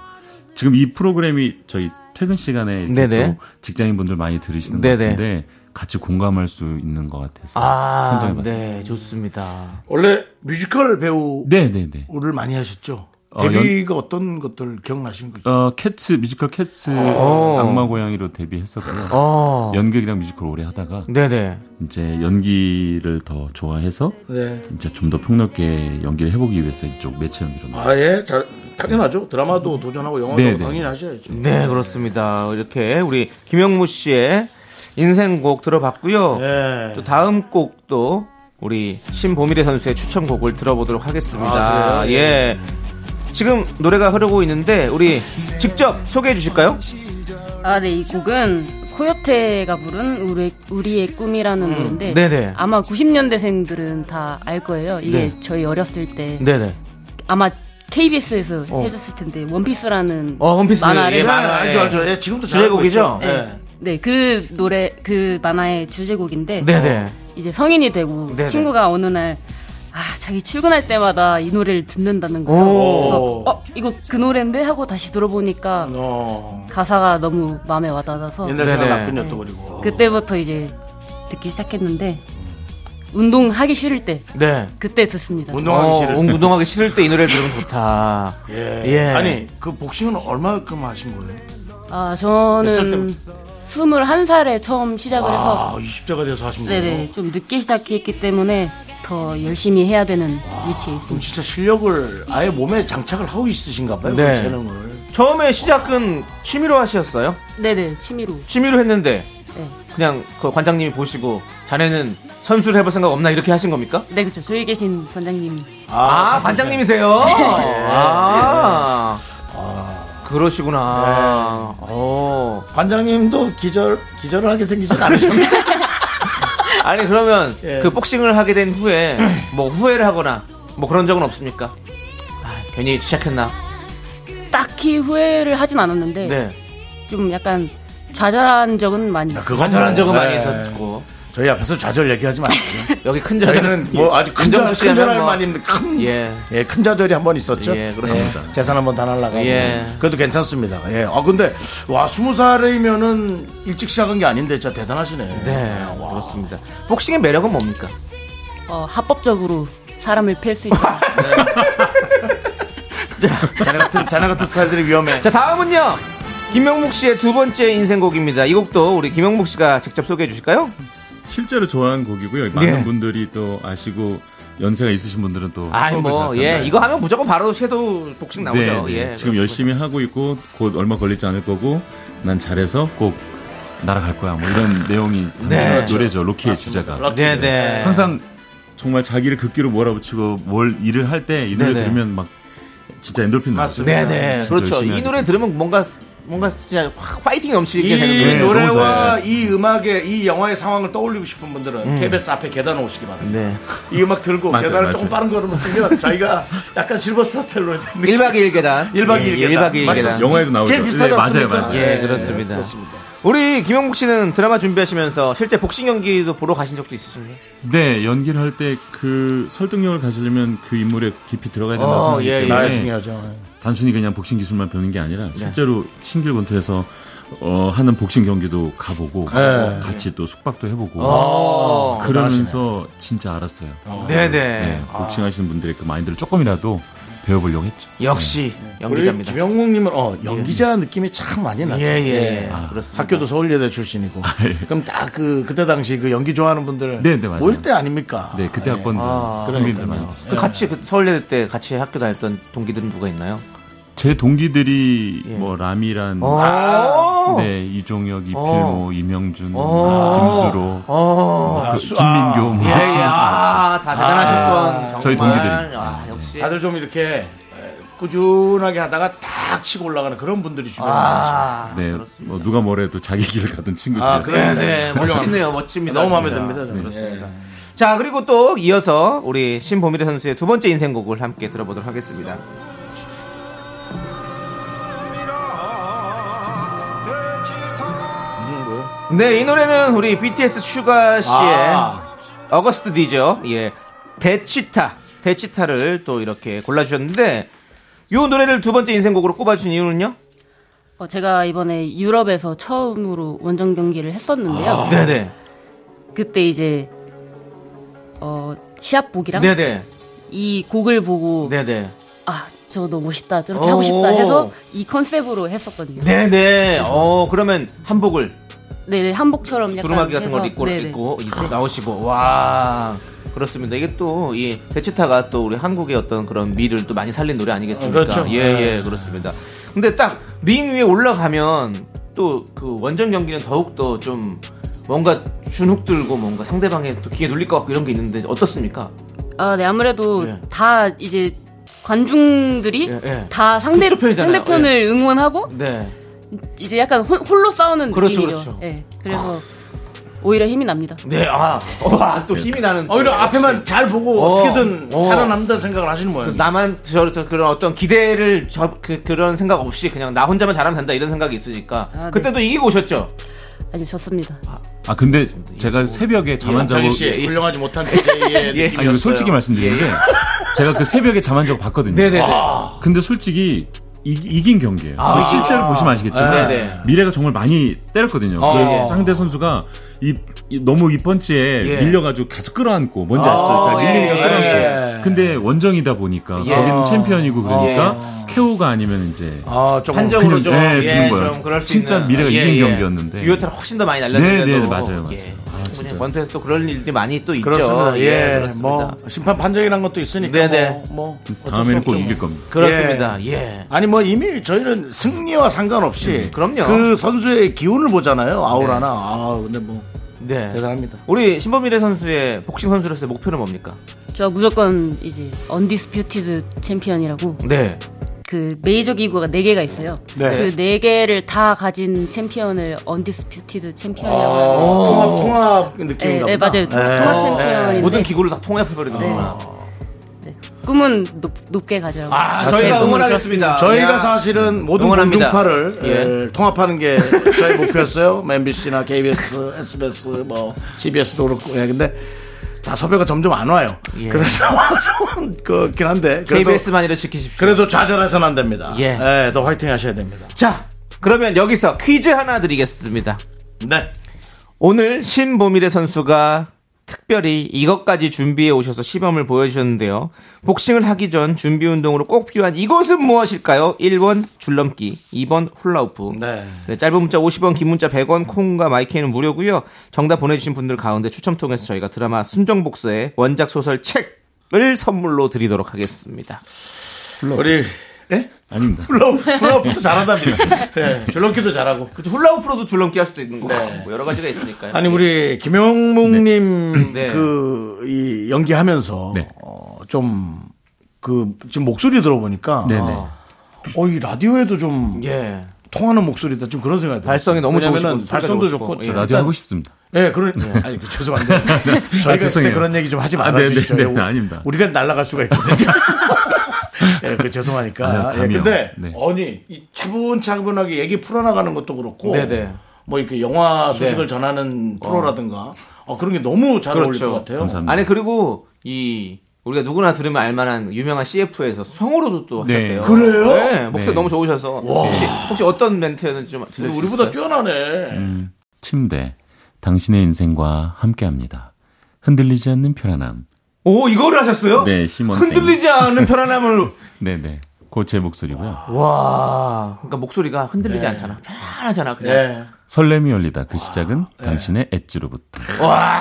Speaker 6: 지금 이 프로그램이 저희 퇴근 시간에 이렇게
Speaker 2: 네네.
Speaker 6: 또 직장인분들 많이 들으시는
Speaker 2: 네네.
Speaker 6: 것 같은데 같이 공감할 수 있는 것 같아서
Speaker 2: 아,
Speaker 6: 선정해봤습니다.
Speaker 2: 네, 좋습니다.
Speaker 1: 원래 뮤지컬 배우를
Speaker 6: 네, 네, 네.
Speaker 1: 많이 하셨죠.
Speaker 6: 어,
Speaker 1: 데뷔가 어떤 것들 기억나시는 거죠?
Speaker 6: 어, 캣츠 뮤지컬 캣츠 악마 고양이로 데뷔했었고요.
Speaker 2: 어,
Speaker 6: 연극이랑 뮤지컬 오래 하다가
Speaker 2: 네네.
Speaker 6: 이제 연기를 더 좋아해서
Speaker 1: 네.
Speaker 6: 이제 좀 더 폭넓게 연기를 해보기 위해서 이쪽 매체 연기로 나왔어요.
Speaker 1: 아 예, 잘 당연하죠. 드라마도 도전하고 영화도
Speaker 6: 네, 네.
Speaker 1: 당연히 하셔야죠.
Speaker 2: 네, 그렇습니다. 이렇게 우리 김영무 씨의 인생곡 들어봤고요.
Speaker 1: 예.
Speaker 2: 또 다음 곡도 우리 신보미래 선수의 추천곡을 들어보도록 하겠습니다.
Speaker 1: 아, 그래요?
Speaker 2: 예. 지금 노래가 흐르고 있는데 우리 직접 소개해 주실까요?
Speaker 7: 아, 네, 이 곡은 코요테가 부른 우리, 우리의 꿈이라는 노래인데
Speaker 2: 음, 네네.
Speaker 7: 아마 90년대생들은 다 알 거예요. 이게
Speaker 2: 네.
Speaker 7: 저희 어렸을 때
Speaker 2: 네네.
Speaker 7: 아마 KBS에서 해줬을 텐데 원피스라는
Speaker 2: 어, 원피스.
Speaker 7: 만화를
Speaker 2: 예, 만화.
Speaker 1: 아, 알죠,
Speaker 2: 예.
Speaker 1: 알죠. 예, 지금도
Speaker 2: 주제곡이죠?
Speaker 1: 잘하고 있죠.
Speaker 7: 네.
Speaker 1: 예.
Speaker 7: 네, 그 노래 그 만화의 주제곡인데
Speaker 1: 어.
Speaker 2: 네네.
Speaker 7: 이제 성인이 되고
Speaker 2: 네네.
Speaker 7: 친구가 어느 날 아, 자기 출근할 때마다 이 노래를 듣는다는 거예요.
Speaker 2: 오. 네.
Speaker 7: 그래서 어, 이거 그 노래인데 하고 다시 들어보니까
Speaker 1: 어,
Speaker 7: 가사가 너무 마음에 와닿아서
Speaker 1: 옛날
Speaker 2: 네네.
Speaker 1: 생각 났군요, 또 그리고.
Speaker 7: 그때부터 이제 듣기 시작했는데 운동하기 싫을 때
Speaker 2: 네.
Speaker 7: 그때 듣습니다.
Speaker 1: 운동하기 싫을 때.
Speaker 2: 어, 운동하기 싫을 때 이 노래를 들으면 좋다.
Speaker 1: 예.
Speaker 2: 예.
Speaker 1: 아니, 그 복싱은 얼마큼 하신 거예요?
Speaker 7: 아,
Speaker 1: 몇살
Speaker 7: 저는
Speaker 1: 때부터?
Speaker 7: 21살에 처음 시작을 해서
Speaker 1: 아, 20대가 돼서 하신 거예요?
Speaker 7: 네네 좀 늦게 시작했기 때문에 더 열심히 해야 되는 위치에 있습니다.
Speaker 1: 그럼 진짜 실력을 아예 몸에 장착을 하고 있으신가 봐요,
Speaker 2: 네.
Speaker 1: 그 재능을.
Speaker 2: 처음에 시작은 취미로 하셨어요?
Speaker 7: 네네 취미로.
Speaker 2: 취미로 했는데
Speaker 7: 네,
Speaker 2: 그냥 그 관장님이 보시고 자네는 선수를 해볼 생각 없나 이렇게 하신 겁니까?
Speaker 7: 네 그렇죠. 저희 계신 관장님.
Speaker 2: 아, 관장님이세요? 네. 아, 그러시구나. 어.
Speaker 1: 관장님도 기절, 기절을 하게 생기진 않으셨나요?
Speaker 2: 아니, 그러면
Speaker 1: 예.
Speaker 2: 그 복싱을 하게 된 후에 뭐 후회를 하거나 뭐 그런 적은 없습니까? 아, 괜히 시작했나?
Speaker 7: 딱히 후회를 하진 않았는데
Speaker 2: 네.
Speaker 7: 좀 약간 좌절한 적은 많이. 있어요.
Speaker 1: 그건
Speaker 2: 저런 적은 많이
Speaker 1: 네.
Speaker 2: 있었고.
Speaker 1: 저희 앞에서 좌절 얘기하지 마시고요.
Speaker 2: 여기 큰 자들.
Speaker 1: 저희는 뭐 아주 큰 절, 큰 절할만 있는 큰,
Speaker 2: 예.
Speaker 1: 예. 큰 좌절이 한 번 있었죠.
Speaker 2: 예, 그렇습니다.
Speaker 1: 예, 재산 한번 다 날라가고.
Speaker 2: 예.
Speaker 1: 그래도 괜찮습니다. 예. 아, 근데, 와, 스무 살이면은 일찍 시작한 게 아닌데 진짜 대단하시네.
Speaker 2: 네, 그렇습니다. 복싱의 매력은 뭡니까?
Speaker 7: 어, 합법적으로 사람을 팰 수 있다.
Speaker 1: 아. 자네 같은, 자네 같은 스타일들이 위험해.
Speaker 2: 자, 다음은요. 김영묵 씨의 두 번째 인생곡입니다. 이 곡도 우리 김영묵 씨가 직접 소개해 주실까요?
Speaker 6: 실제로 좋아하는 곡이고요. 많은
Speaker 2: 예.
Speaker 6: 분들이 또 아시고 연세가 있으신 분들은 또
Speaker 2: 아이
Speaker 6: 추억을
Speaker 2: 뭐,
Speaker 6: 생각한다.
Speaker 2: 예. 이거 하면 무조건 바로 섀도우 복싱 나오죠.
Speaker 6: 네, 네.
Speaker 2: 예.
Speaker 6: 지금
Speaker 2: 그렇습니다.
Speaker 6: 열심히 하고 있고 곧 얼마 걸리지 않을 거고 난 잘해서 꼭 날아갈 거야. 뭐 이런 내용이 담긴
Speaker 2: 네.
Speaker 6: 노래죠. 로키의 주제가
Speaker 2: 네, 네.
Speaker 6: 항상 정말 자기를 극기로 몰아붙이고 뭘 일을 할 때 이 노래
Speaker 2: 네, 네.
Speaker 6: 들으면 막 진짜 엔돌핀 나왔어요.
Speaker 2: 네네.
Speaker 6: 진짜
Speaker 2: 그렇죠.
Speaker 6: 열심히
Speaker 2: 이
Speaker 6: 하니까.
Speaker 2: 노래 들으면 뭔가 스- 뭔가 진짜 확 파이팅 넘치게 되는
Speaker 1: 이
Speaker 6: 네,
Speaker 2: 노래.
Speaker 1: 노래와 이 음악의 이 영화의 상황을 떠올리고 싶은 분들은 KBS 앞에 계단 오시기 바랍니다.
Speaker 2: 음. 네.
Speaker 1: 이 음악 들고
Speaker 6: 맞아요,
Speaker 1: 계단을
Speaker 6: 맞아요.
Speaker 1: 조금 빠른 걸음으로 뛰면 자기가 약간 실버스타 스타일로
Speaker 2: 1박 2일 계단.
Speaker 1: 1박 2일
Speaker 2: 예,
Speaker 1: 계단.
Speaker 2: 1박 2일
Speaker 1: 맞죠?
Speaker 2: 계단.
Speaker 6: 영화에도 나오죠.
Speaker 1: 제일 비슷하지
Speaker 6: 네, 맞아요,
Speaker 1: 않습니까?
Speaker 6: 맞아요.
Speaker 2: 예, 그렇습니다.
Speaker 1: 그렇습니다.
Speaker 2: 우리 김영국 씨는 드라마 준비하시면서 실제 복싱 경기도 보러 가신 적도 있으신가요?
Speaker 6: 네, 연기를 할 때 그 설득력을 가지려면 그 인물에 깊이 들어가야 된다고
Speaker 1: 어,
Speaker 6: 생각하기
Speaker 1: 예, 네. 예.
Speaker 6: 때문에
Speaker 1: 중요하죠.
Speaker 6: 단순히 그냥 복싱 기술만 배우는 게 아니라 실제로 신길권투에서 어, 하는 복싱 경기도 가보고
Speaker 1: 네.
Speaker 6: 같이 또 숙박도 해보고
Speaker 1: 어,
Speaker 6: 그러면서 진짜 알았어요.
Speaker 2: 아, 네네.
Speaker 6: 네,
Speaker 1: 아.
Speaker 6: 복싱 하시는 분들의 그 마인드를 조금이라도 배워보려고 했죠.
Speaker 2: 역시
Speaker 1: 우리
Speaker 2: 연기자입니다.
Speaker 1: 김영국님은 어, 연기자 느낌이 참 많이 나죠.
Speaker 2: 예, 예.
Speaker 1: 예.
Speaker 2: 그렇습니다.
Speaker 1: 학교도 서울예대 출신이고. 그럼 딱 그 그때 당시 그 연기 좋아하는 분들
Speaker 6: 아, 네, 네, 맞아요.
Speaker 1: 모일 때 예. 아닙니까?
Speaker 6: 네, 그때 학번들 선배님들 많이 봤어요.
Speaker 2: 그 같이 그 서울예대 때 같이 학교 다녔던 동기들은 누가 있나요?
Speaker 6: 제 동기들이
Speaker 1: 예.
Speaker 6: 뭐 라미란,
Speaker 1: 어,
Speaker 2: 아,
Speaker 6: 네 이종혁, 이필모, 이명준, 김수로,
Speaker 2: 어.
Speaker 6: 그 김민교, 뭐
Speaker 2: 예,
Speaker 6: 이런
Speaker 2: 예. 아, 다 대단하셨던 정말.
Speaker 6: 저희 동기들입니다.
Speaker 2: 아, 역시.
Speaker 1: 다들 좀 이렇게 에, 꾸준하게 하다가 딱 치고 올라가는 그런 분들이 주변에 많으시죠.
Speaker 2: 아,
Speaker 6: 네,
Speaker 2: 그렇습니다.
Speaker 6: 뭐 누가 뭐래도 자기 길을 가던 친구들.
Speaker 1: 아, 그래.
Speaker 2: 네, 멋지네요, 멋집니다.
Speaker 1: 너무 마음에
Speaker 2: 진짜.
Speaker 1: 듭니다. 저는.
Speaker 2: 그렇습니다.
Speaker 1: 예.
Speaker 2: 자, 그리고 또 이어서 우리 신보미래 선수의 두 번째 인생곡을 함께 들어보도록 하겠습니다. 네, 이 노래는 우리 BTS 슈가 씨의
Speaker 1: 아.
Speaker 2: 어거스트 디죠. 예. 대치타. 대치타를 또 이렇게 골라주셨는데, 요 노래를 두 번째 인생곡으로 꼽아주신 이유는요?
Speaker 7: 어, 제가 이번에 유럽에서 처음으로 원정 경기를 했었는데요.
Speaker 1: 아,
Speaker 2: 네네.
Speaker 7: 그때 이제 어, 시합복이랑
Speaker 2: 네네.
Speaker 7: 이 곡을 보고
Speaker 2: 네네.
Speaker 7: 아 저도 멋있다 저렇게 하고 싶다 해서 이 컨셉으로 했었거든요. 네,
Speaker 2: 네네. 어, 그러면 한복을
Speaker 7: 한복처럼 약간
Speaker 2: 두루마기 같은 걸
Speaker 7: 해서,
Speaker 2: 입고
Speaker 7: 네네.
Speaker 2: 입고 입고 나오시고 와 그렇습니다. 이게 또 이 대치타가 또 우리 한국의 어떤 그런 미를 또 많이 살린 노래 아니겠습니까?
Speaker 1: 어, 그렇죠.
Speaker 2: 예, 예, 그렇습니다. 근데 딱 링 위에 올라가면 또 그 원정 경기는 더욱 더 좀 뭔가 주눅 들고 뭔가 상대방의 또 기에 눌릴 것 같고 이런 게 있는데 어떻습니까?
Speaker 7: 아, 네 아무래도
Speaker 2: 예.
Speaker 7: 다 이제 관중들이
Speaker 2: 예, 예.
Speaker 7: 다 상대
Speaker 2: 그쪽 편이잖아요. 예.
Speaker 7: 상대편을 응원하고
Speaker 2: 네.
Speaker 7: 이제 약간 홀, 홀로 싸우는
Speaker 2: 그렇죠,
Speaker 7: 느낌이죠.
Speaker 2: 그렇죠.
Speaker 7: 예, 그래서 오히려 힘이 납니다.
Speaker 2: 네, 아, 와, 또 힘이 나는. 또
Speaker 1: 오히려
Speaker 2: 역시.
Speaker 1: 어, 앞에만 잘 보고
Speaker 2: 어,
Speaker 1: 어, 떻게든
Speaker 2: 어.
Speaker 1: 살아남는다는 생각을 하시는
Speaker 2: 그
Speaker 1: 모양이에요.
Speaker 2: 나만 저, 저 그런 어떤 기대를 저, 그, 그런 생각 없이 그냥 나 혼자만 잘하면 된다 이런 생각이 있으니까
Speaker 7: 아, 네.
Speaker 2: 그때도 이기고 오셨죠?
Speaker 7: 아니 좋습니다.
Speaker 6: 아 근데 제가 새벽에 잠 안 자고
Speaker 1: 남창희 씨 훌륭하지 못한 DJ의
Speaker 2: 예.
Speaker 6: 아니 이거
Speaker 1: 느낌이었어요.
Speaker 6: 솔직히 말씀드리는데 제가 그 새벽에 잠 안 자고 봤거든요. 아,
Speaker 2: 네네네. 아.
Speaker 6: 근데 솔직히 이, 긴 경기예요. 그 실제로 보시면 아시겠지만
Speaker 2: 네네. 어.
Speaker 6: 미래가 정말 많이 때렸거든요. 그래서 상대 선수가 이, 이- 너무 이 펀치에
Speaker 2: 예.
Speaker 6: 밀려가지고 계속 끌어안고 뭔지 아시죠? 자,
Speaker 2: 예,
Speaker 6: 밀리니까
Speaker 2: 예,
Speaker 6: 끌어안고. 근데 원정이다 보니까
Speaker 2: 예.
Speaker 6: 거기는 챔피언이고 그러니까 케오가 아니면 이제
Speaker 1: 아, 조금
Speaker 2: 한정으로
Speaker 6: 그냥,
Speaker 2: 좀,
Speaker 6: 예,
Speaker 2: 예,
Speaker 6: 지는 거예요.
Speaker 2: 좀 그럴 수
Speaker 6: 진짜
Speaker 2: 있는 아,
Speaker 6: 미래가 이긴 경기였는데.
Speaker 2: 유효타를 훨씬 더 많이 날렸는데도
Speaker 6: 네, 네, 맞아요, 맞아요.
Speaker 2: 예.
Speaker 6: 아,
Speaker 2: 충분히
Speaker 6: 진짜.
Speaker 2: 번트에서 또 그런 일들이 많이 또 있죠.
Speaker 1: 그렇습니다. 예,
Speaker 2: 그렇습니다.
Speaker 1: 뭐 심판 판정이란 것도 있으니까
Speaker 2: 네네.
Speaker 1: 뭐, 뭐 어쩔 수
Speaker 6: 다음에는 꼭
Speaker 1: 없죠.
Speaker 6: 이길 겁니다.
Speaker 2: 아. 그렇습니다. 예.
Speaker 1: 아니 뭐 이미 저희는 승리와 상관없이
Speaker 2: 음, 그럼요.
Speaker 1: 그 선수의 기운을 보잖아요. 아우라나. 아, 근데 뭐
Speaker 2: 네.
Speaker 1: 대단합니다.
Speaker 2: 우리 신범미래 선수의 복싱 선수로서의 목표는 뭡니까?
Speaker 7: 저 무조건 이제 언디스퓨티드 챔피언이라고
Speaker 2: 네.
Speaker 7: 그 메이저 기구가 4개가 있어요.
Speaker 1: 네.
Speaker 7: 그 4개를 다 가진 챔피언을 언디스퓨티드
Speaker 2: 아,
Speaker 7: 챔피언이라고
Speaker 1: 어,
Speaker 7: 하는데
Speaker 1: 통합 통합
Speaker 7: 네,
Speaker 1: 느낌인가
Speaker 7: 네,
Speaker 1: 보다. 예.
Speaker 7: 맞아요. 통합 챔피언인데
Speaker 2: 모든 기구를 다 통합해버리는
Speaker 7: 네.
Speaker 2: 거구나.
Speaker 7: 꿈은 높, 게 가져라고.
Speaker 2: 아, 저희가 응원하겠습니다. 예.
Speaker 1: 저희가
Speaker 2: 야. 음.
Speaker 1: 사실은 모든
Speaker 2: 응원합니다.
Speaker 1: 공중파를
Speaker 2: 예.
Speaker 1: 에, 통합하는 게 저희 목표였어요. 뭐 MBC나 KBS, SBS, 뭐 CBS도 그렇고. 예, 근데 다 섭외가 점점 안 와요.
Speaker 2: 예.
Speaker 1: 그래서 좀 그렇긴 한데 그래도,
Speaker 2: KBS만이라 지키십시오.
Speaker 1: 그래도 좌절해서는 안 됩니다.
Speaker 2: 예.
Speaker 1: 예, 더 화이팅 하셔야 됩니다.
Speaker 2: 자, 그러면 여기서 퀴즈 하나 드리겠습니다.
Speaker 1: 네.
Speaker 2: 오늘 신보미래 선수가 특별히 이것까지 준비해 오셔서 시범을 보여주셨는데요. 복싱을 하기 전 준비 운동으로 꼭 필요한 이것은 무엇일까요? 1번 줄넘기, 2번 훌라우프.
Speaker 1: 네.
Speaker 2: 네, 짧은 문자 50원, 긴 문자 100원, 콩과 마이크는 무료고요. 정답 보내주신 분들 가운데 추첨 통해서 저희가 드라마 순정복수의 원작 소설 책을 선물로 드리도록 하겠습니다.
Speaker 1: 우리
Speaker 6: 아닙니다.
Speaker 1: 예? 플로프, 플로프도 잘한답니다. 예, 줄넘기도 잘하고.
Speaker 2: 그렇죠. 훌라우프로도 줄넘기 할 수도 있는 거고 뭐 여러 가지가 있으니까요.
Speaker 1: 네. 아니 우리 김영묵님
Speaker 2: 네.
Speaker 1: 그 이 연기하면서 어,
Speaker 6: 네.
Speaker 1: 좀 그 지금 목소리 들어보니까
Speaker 6: 네네.
Speaker 1: 어 이 라디오에도 좀
Speaker 2: 예.
Speaker 1: 통하는 목소리다. 좀 그런 생각이 들어요.
Speaker 2: 발성이 너무
Speaker 1: 왜냐면은
Speaker 2: 좋으시고 소리가
Speaker 1: 발성도
Speaker 2: 좋으시고.
Speaker 1: 좋고.
Speaker 2: 예.
Speaker 1: 일단-
Speaker 6: 라디오 하고 싶습니다.
Speaker 1: 예, 그런
Speaker 6: 네.
Speaker 1: 아니 그, 죄송한데 저희가 있을 때
Speaker 6: 아, 죄송해요.
Speaker 1: 그런 얘기 좀 하지
Speaker 6: 아,
Speaker 1: 말아 주시죠.
Speaker 6: 네, 네, 네, 아닙니다.
Speaker 1: 우리가 날아갈 수가 있거든요. 예, 그 죄송하니까.
Speaker 6: 아,
Speaker 1: 예,
Speaker 6: 감이요.
Speaker 1: 근데
Speaker 6: 네.
Speaker 1: 아니 이 차분차분하게 얘기 풀어나가는 것도 그렇고,
Speaker 2: 네, 네.
Speaker 1: 뭐 이렇게 영화 소식을 전하는 프로라든가, 어, 그런 게 너무 잘 어울릴
Speaker 2: 그렇죠.
Speaker 1: 것 같아요.
Speaker 6: 감사합니다.
Speaker 2: 아니 그리고 이 우리가 누구나 들으면 알만한 유명한 CF에서 성우로도 또
Speaker 6: 네.
Speaker 2: 하셨대요.
Speaker 1: 그래요?
Speaker 2: 네, 목소리
Speaker 6: 네.
Speaker 2: 너무 좋으셔서 혹시, 혹시 어떤 멘트였는지 좀
Speaker 1: 근데
Speaker 2: 들려주세요.
Speaker 1: 우리보다 뛰어나네.
Speaker 6: 침대, 당신의 인생과 함께합니다. 흔들리지 않는 편안함.
Speaker 2: 오 이거를 하셨어요?
Speaker 6: 네, 심원 땡.
Speaker 2: 흔들리지 않는 편안함을
Speaker 6: 네네. 고제 목소리고요.
Speaker 2: 와 그러니까 목소리가
Speaker 1: 네.
Speaker 2: 흔들리지 않잖아 편안하잖아 그냥
Speaker 1: 예.
Speaker 6: 설렘이 열리다. 그 시작은
Speaker 2: 네.
Speaker 6: 당신의 엣지로부터.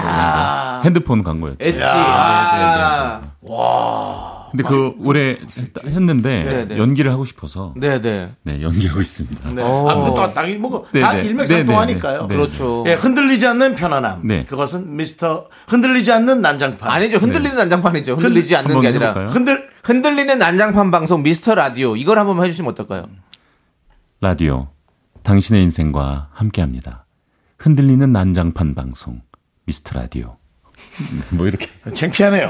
Speaker 6: 와. 핸드폰 광고였죠.
Speaker 2: 엣지 아.
Speaker 6: 야. 근데 그 올해 했- 했는데
Speaker 2: 네, 네.
Speaker 6: 연기를 하고 싶어서
Speaker 2: 네네
Speaker 6: 네 연기하고 있습니다.
Speaker 1: 네.
Speaker 2: 어.
Speaker 1: 아, 근데 또 당연히 뭐,
Speaker 6: 네,
Speaker 1: 다
Speaker 6: 네.
Speaker 1: 일맥상통하니까요.
Speaker 6: 네, 네, 네.
Speaker 2: 그렇죠
Speaker 1: 예, 흔들리지 않는 편안함.
Speaker 6: 네.
Speaker 1: 그것은 미스터 흔들리지 않는 난장판.
Speaker 2: 아니죠 흔들리는 난장판이죠 흔들리지 않는
Speaker 6: 네. 한번
Speaker 2: 게 아니라
Speaker 6: 해볼까요?
Speaker 1: 흔들
Speaker 2: 흔들리는 난장판 방송 미스터 라디오 이걸 한번 해주시면 어떨까요?
Speaker 6: 라디오 당신의 인생과 함께합니다. 흔들리는 난장판 방송 미스터 라디오. 뭐 이렇게
Speaker 1: 창피하네요.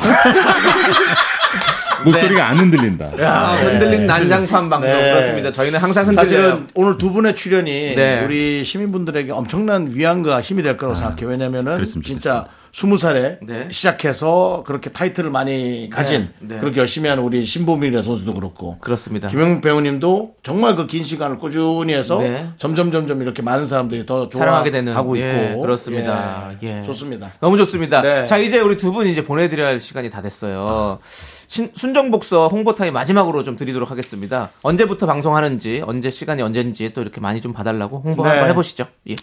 Speaker 6: 목소리가 안 흔들린다.
Speaker 2: 아, 흔들리는 난장판 방송 그렇습니다 저희는 항상 흔들려요
Speaker 1: 네. 사실은 오늘 두 분의 출연이
Speaker 2: 네. 아,
Speaker 1: 우리 시민분들에게 엄청난 위안과 힘이 될 거라고 생각해요. 왜냐면은
Speaker 6: 그랬으면
Speaker 1: 진짜 스무 살에
Speaker 2: 네.
Speaker 1: 시작해서 그렇게 타이틀을 많이 가진
Speaker 2: 네.
Speaker 1: 그렇게 열심히 하는 우리 신보민이라 선수도 그렇고
Speaker 2: 그렇습니다
Speaker 1: 김영국 배우님도 정말 그 긴 시간을 꾸준히 해서
Speaker 2: 네.
Speaker 1: 점점 점점 이렇게 많은 사람들이 더
Speaker 2: 사랑하게 되는,
Speaker 1: 좋아하고 있고
Speaker 2: 예, 그렇습니다. 예.
Speaker 1: 좋습니다.
Speaker 2: 너무 좋습니다.
Speaker 1: 네.
Speaker 2: 자, 이제 우리 두 분 이제 보내드려야 할 시간이 다 됐어요. 신- 순정복서 홍보타임 마지막으로 좀 드리도록 하겠습니다. 언제부터 방송하는지, 언제 시간이 언젠지 또 이렇게 많이 좀 봐달라고 홍보
Speaker 1: 네.
Speaker 2: 한번 해보시죠. 예.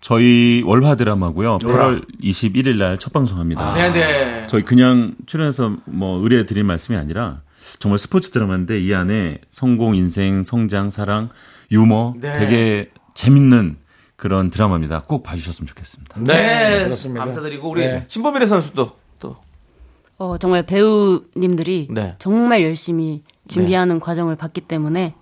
Speaker 6: 저희 월화 드라마고요. 8월 21일 날 첫 방송합니다.
Speaker 2: 네.
Speaker 6: 저희 그냥 출연해서 뭐 의뢰 드릴 말씀이 아니라 정말 스포츠 드라마인데 이 안에 성공, 인생, 성장, 사랑, 유머
Speaker 2: 네.
Speaker 6: 되게 재밌는 그런 드라마입니다. 꼭 봐주셨으면 좋겠습니다.
Speaker 1: 네, 그렇습니다. 네.
Speaker 2: 감사드리고 우리 신보미래 선수도 또
Speaker 7: 어, 정말 배우님들이
Speaker 2: 네.
Speaker 7: 정말 열심히 준비하는 과정을 봤기 때문에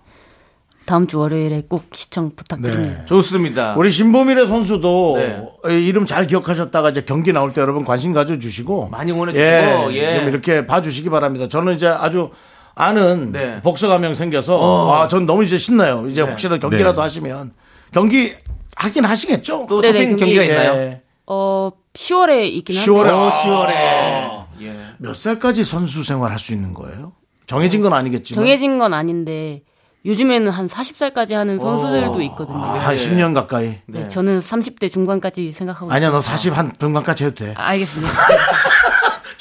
Speaker 7: 다음 주 월요일에 꼭 시청 부탁드립니다.
Speaker 2: 네. 좋습니다.
Speaker 1: 우리 신보미래 선수도
Speaker 2: 아. 네.
Speaker 1: 이름 잘 기억하셨다가 이제 경기 나올 때 여러분 관심 가져주시고
Speaker 2: 많이 응원해주시고, 예.
Speaker 1: 좀 이렇게 봐주시기 바랍니다. 저는 이제 아주 아는
Speaker 2: 네. 어.
Speaker 1: 복서가 명 생겨서 아, 전 너무 이제 신나요. 이제 혹시나 경기라도 하시면 경기 하긴 하시겠죠?
Speaker 2: 또
Speaker 7: 네네,
Speaker 2: 잡힌
Speaker 7: 근데-
Speaker 2: 경기가
Speaker 7: 예.
Speaker 2: 있나요?
Speaker 7: 어, 10월에 있긴 한데
Speaker 1: 10월에 아.
Speaker 2: 오, 10월에. 예.
Speaker 1: 몇 살까지 선수 생활 할 수 있는 거예요? 정해진 건 아니겠지만
Speaker 7: 정해진 건 아닌데 요즘에는 한 40살까지 하는
Speaker 1: 어.
Speaker 7: 선수들도 있거든요.
Speaker 1: 한 10년 가까이.
Speaker 7: 네, 저는 30대 중반까지 생각하고
Speaker 1: 아니야, 너 40한 분간까지 해도 돼.
Speaker 7: 있어요. 아, 알겠습니다.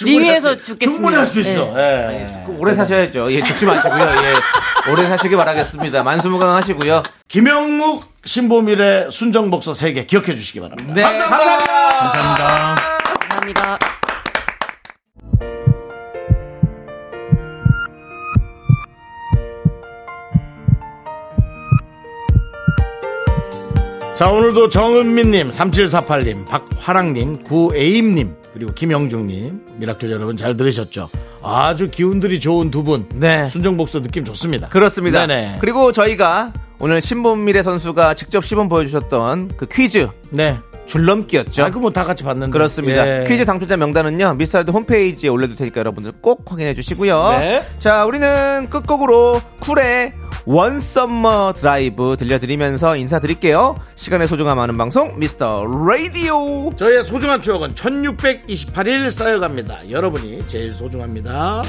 Speaker 7: 리그에서 죽겠습니다.
Speaker 1: 충분히 할 수 있어.
Speaker 7: 네.
Speaker 1: 예.
Speaker 2: 오래 사셔야죠. 예, 죽지 마시고요. 예. 오래 사시길 바라겠습니다. 만수무강 하시고요.
Speaker 1: 김영묵, 신보미래, 순정복서 세개 기억해 주시기 바랍니다.
Speaker 2: 네. 감사합니다.
Speaker 7: 감사합니다.
Speaker 1: 자 오늘도 정은민님 3748님 박화랑님 구에임님 그리고 김영중님 미라클 여러분 잘 들으셨죠 아주 기운들이 좋은 두분
Speaker 2: 네.
Speaker 1: 순정복서 느낌 좋습니다
Speaker 2: 그렇습니다.
Speaker 1: 네네.
Speaker 2: 그리고 저희가 오늘 신본미래 선수가 직접 시범 보여주셨던 그 퀴즈
Speaker 1: 네
Speaker 2: 줄넘기였죠.
Speaker 1: 아그 뭐 다 같이 봤는데
Speaker 2: 그렇습니다.
Speaker 1: 예.
Speaker 2: 퀴즈 당첨자 명단은요 미스터드 홈페이지에 올려둘 테니까 여러분들 꼭 확인해 주시고요.
Speaker 1: 네.
Speaker 2: 자 우리는 끝곡으로 쿨의 원 썸머 드라이브 들려드리면서 인사드릴게요. 시간의 소중함 아는 방송 미스터 라디오.
Speaker 1: 저희의 소중한 추억은 1628일 쌓여갑니다 여러분이 제일 소중합니다